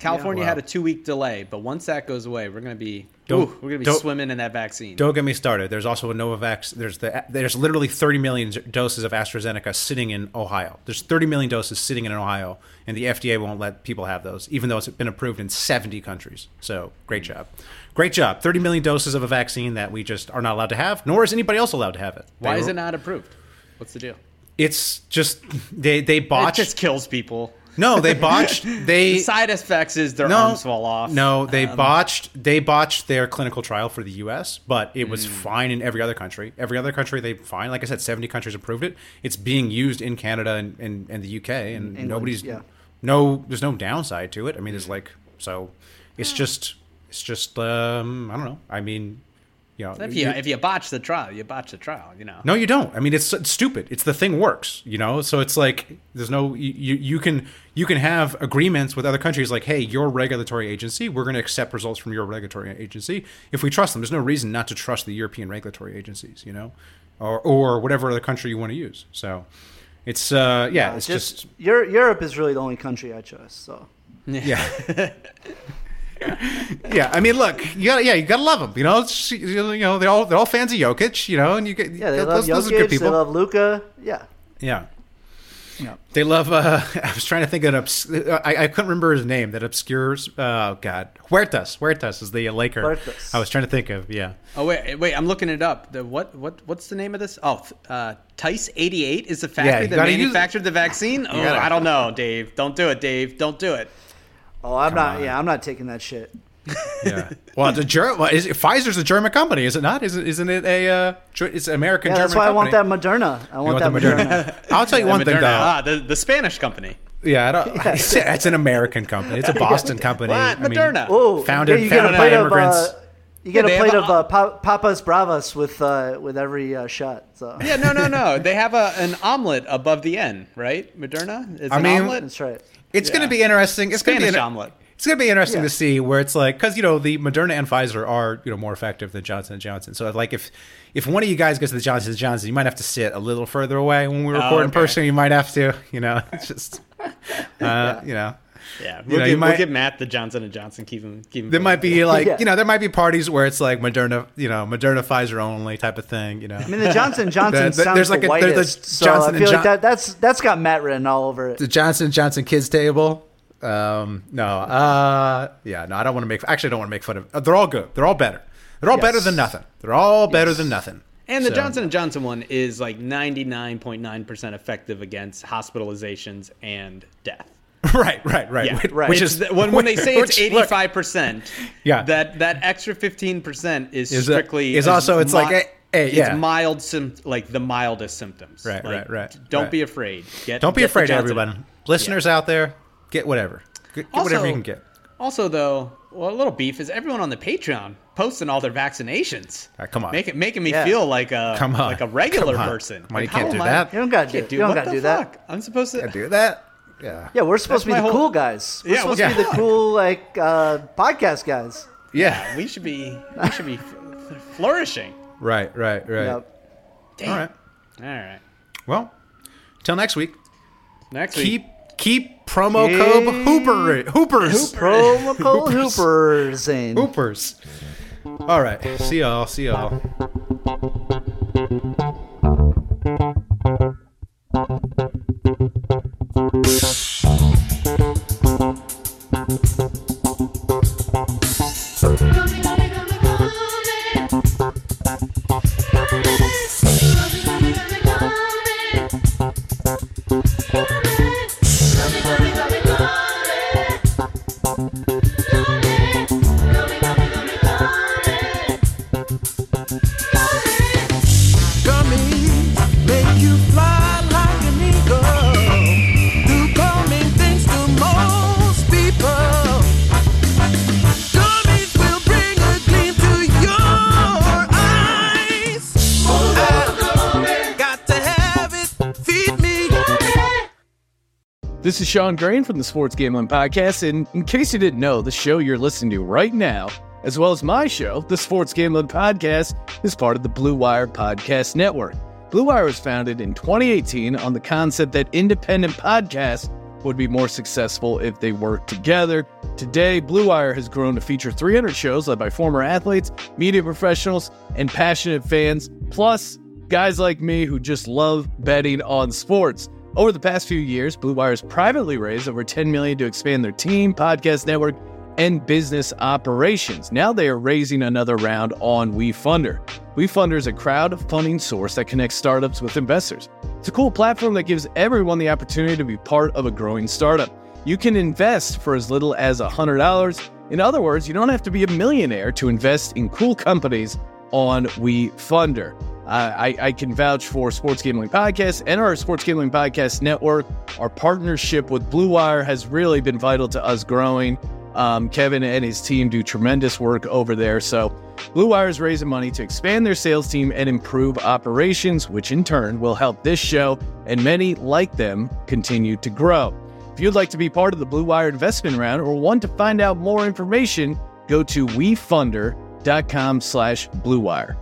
California
Wow.
had a two week delay, but once that goes away, we're gonna be
Don't-
ooh, we're gonna be
don't-
swimming in that vaccine.
Don't get me started. There's also a Novavax. There's the there's literally 30 million doses of AstraZeneca sitting in Ohio. There's 30 million doses sitting in Ohio, and the FDA won't let people have those, even though it's been approved in 70 countries. So great
Mm.
job, great job. 30 million doses of a vaccine that we just are not allowed to have, nor is anybody else allowed to have it.
Why
They
is
were-
it not approved? What's the deal?
It's just they they botched.
It just kills people.
No, they botched. They
the side effects is their
No.
arms fall off.
No, they
Um,
botched. They botched their clinical trial for the U.S., but it
Hmm.
was fine in every other country. Every other country they fine. Like I said, seventy countries approved it. It's being used in Canada and, and, and the U.K. and
England,
nobody's
yeah.
no. There's no downside to it. I mean, it's like so. It's
Hmm.
just it's just um, I don't know. I mean, you know,
If you
you-
if you botch the trial, you botch the trial. You know.
no, you don't. I mean, it's, it's stupid. It's the thing works, you know. So it's like there's no you, you you can you can have agreements with other countries like, hey, your regulatory agency, we're going to accept results from your regulatory agency if we trust them. There's no reason not to trust the European regulatory agencies, you know, or or whatever other country you want to use. So it's uh yeah, it's just,
Eur- Europe is really the only country I chose. So
yeah. yeah, I mean, look, you got yeah, you gotta love them. You know, it's, you know, they're all they're all fans of Jokic. You know, and you get
yeah, they love
those, those are
Jokic,
good
they
people.
love Luca. Yeah,
yeah,
yeah.
They love. Uh, I was trying to think of. An obs- I, I couldn't remember his name. That obscure. Oh God, Huertas. Huertas is the Laker.
Huertas.
I was trying to think of. Yeah.
Oh wait, wait! I'm looking it up. The what? What? What's the name of this? Oh, uh, Tice 88 is the
Yeah,
factory
you
that
gotta use it.
manufactured the vaccine. Oh,
gotta-
I don't know, Dave. Don't do it, Dave. Don't do it.
Oh, I'm not. Yeah, I'm not taking that shit.
Yeah. Well, the ger- well, is it, Pfizer's a German company, is it not? Isn't isn't it a? Uh, Ger- it's an American.
yeah,
German
that's why
company.
I want that Moderna. I want,
want
that
the
Moderna.
I'll tell you
The
one thing
Moderna.
though.
Ah, the, the Spanish company.
yeah, I don't, it's, it's an American company. It's a Boston company.
What?
I mean,
Moderna.
Oh,
founded
yeah, you get a
founded by
plate of.
immigrants.
Uh, you get
Yeah,
a
they
plate
have
of uh, pa- Papas Bravas with uh, with every uh, shot. So
Yeah, no, no, no. they have a, an omelet above the N, right? Moderna. It's
I
an
mean-
omelet.
That's right.
It's going to be interesting. It's going to be
Spanish
inter-
omelet.
It's going to be interesting
Yeah.
to see where it's like because you know the Moderna and Pfizer are you know more effective than Johnson and Johnson. So like if if one of you guys goes to the Johnson and Johnson, you might have to sit a little further away when we
Oh,
record in
okay.
person. You might have to, you know, it's just uh, you know, you
Yeah, we'll,
know,
give,
you
we'll
might,
give Matt the Johnson and Johnson. Keep him. Keep him.
there
going.
might be like you know there might be parties where it's like Moderna, you know, Moderna Pfizer only type of thing. You know,
I mean, the Johnson Johnson
The- the-
sounds
there's like
the
a- there's
whitest.
the
so
Johnson and
I feel
John-
like that, that's that's got Matt written all over it.
the Johnson and Johnson kids table. Um, no, uh, yeah, no, I don't want to make. Actually, I don't want to make fun of. uh, They're all good. They're all better. They're all better than nothing. They're all better than nothing.
And the
So-
Johnson and Johnson one is like 99.9% effective against hospitalizations and death.
Right, right, right.
Yeah,
Which-
right.
Which
It's
is
the- when, when they say it's
which- look,
85%,
Yeah.
that that extra 15% is,
Is a-
strictly
is also- it's like, eh, eh, yeah.
it's mild sym- like the mildest symptoms.
Right,
Like,
right, right,
Don't
right.
be afraid. Get
Don't be
get the
afraid,
Johnson.
everyone. Listeners out there, get whatever. Get, get whatever you
Also-
can get.
Also though, well, a little beef is everyone on the Patreon posting all their vaccinations.
Ah, come on.
Make it making me
Yeah.
feel like a
Come on.
like a regular
Come on.
person.
Come on, you
Like,
can't
how
do
am I-
that.
You don't gotta do.
Can't do-
you don't
what
gotta
the
do that.
fuck? I'm supposed to
do that. Yeah.
Yeah, we're supposed
That's
to be
my
the
whole-
cool guys. We're
Yeah,
supposed
what's
to be the
up?
cool like uh, podcast guys.
Yeah.
We should be we should be f- flourishing.
Right, right, right.
Yep.
Damn.
All right.
All right.
Well, till next week.
Next
Keep
week.
keep promo code Hooper Hoopers.
Promo code Hoopers in.
Hoopers. All right. See y'all. See y'all.
Gummies make you fly like an eagle. Do gummy things to most people. Gummies will bring a gleam to your eyes. I got to have it. Feed me.
This is Sean Green from the Sports Gambling Podcast, and in case you didn't know, the show you're listening to right now, as well as my show, the Sports Gambling Podcast, is part of the Blue Wire Podcast Network. Blue Wire was founded in 2018 on the concept that independent podcasts would be more successful if they worked together. Today, Blue Wire has grown to feature 300 shows led by former athletes, media professionals, and passionate fans, plus guys like me who just love betting on sports. Over the past few years, Blue Wire's privately raised over 10 million to expand their team, podcast network, and business operations. Now they are raising another round on WeFunder. WeFunder is a crowd-funding source that connects startups with investors. It's a cool platform that gives everyone the opportunity to be part of a growing startup. You can invest for as little as $100. In other words, you don't have to be a millionaire to invest in cool companies on WeFunder. Uh, I, I can vouch for Sports Gambling Podcast and our Sports Gambling Podcast Network. Our partnership with Blue Wire has really been vital to us growing. Um, Kevin and his team do tremendous work over there. So, Blue Wire is raising money to expand their sales team and improve operations, which in turn will help this show and many like them continue to grow. If you'd like to be part of the Blue Wire investment round or want to find out more information, go to wefunder.com slash Blue Wire.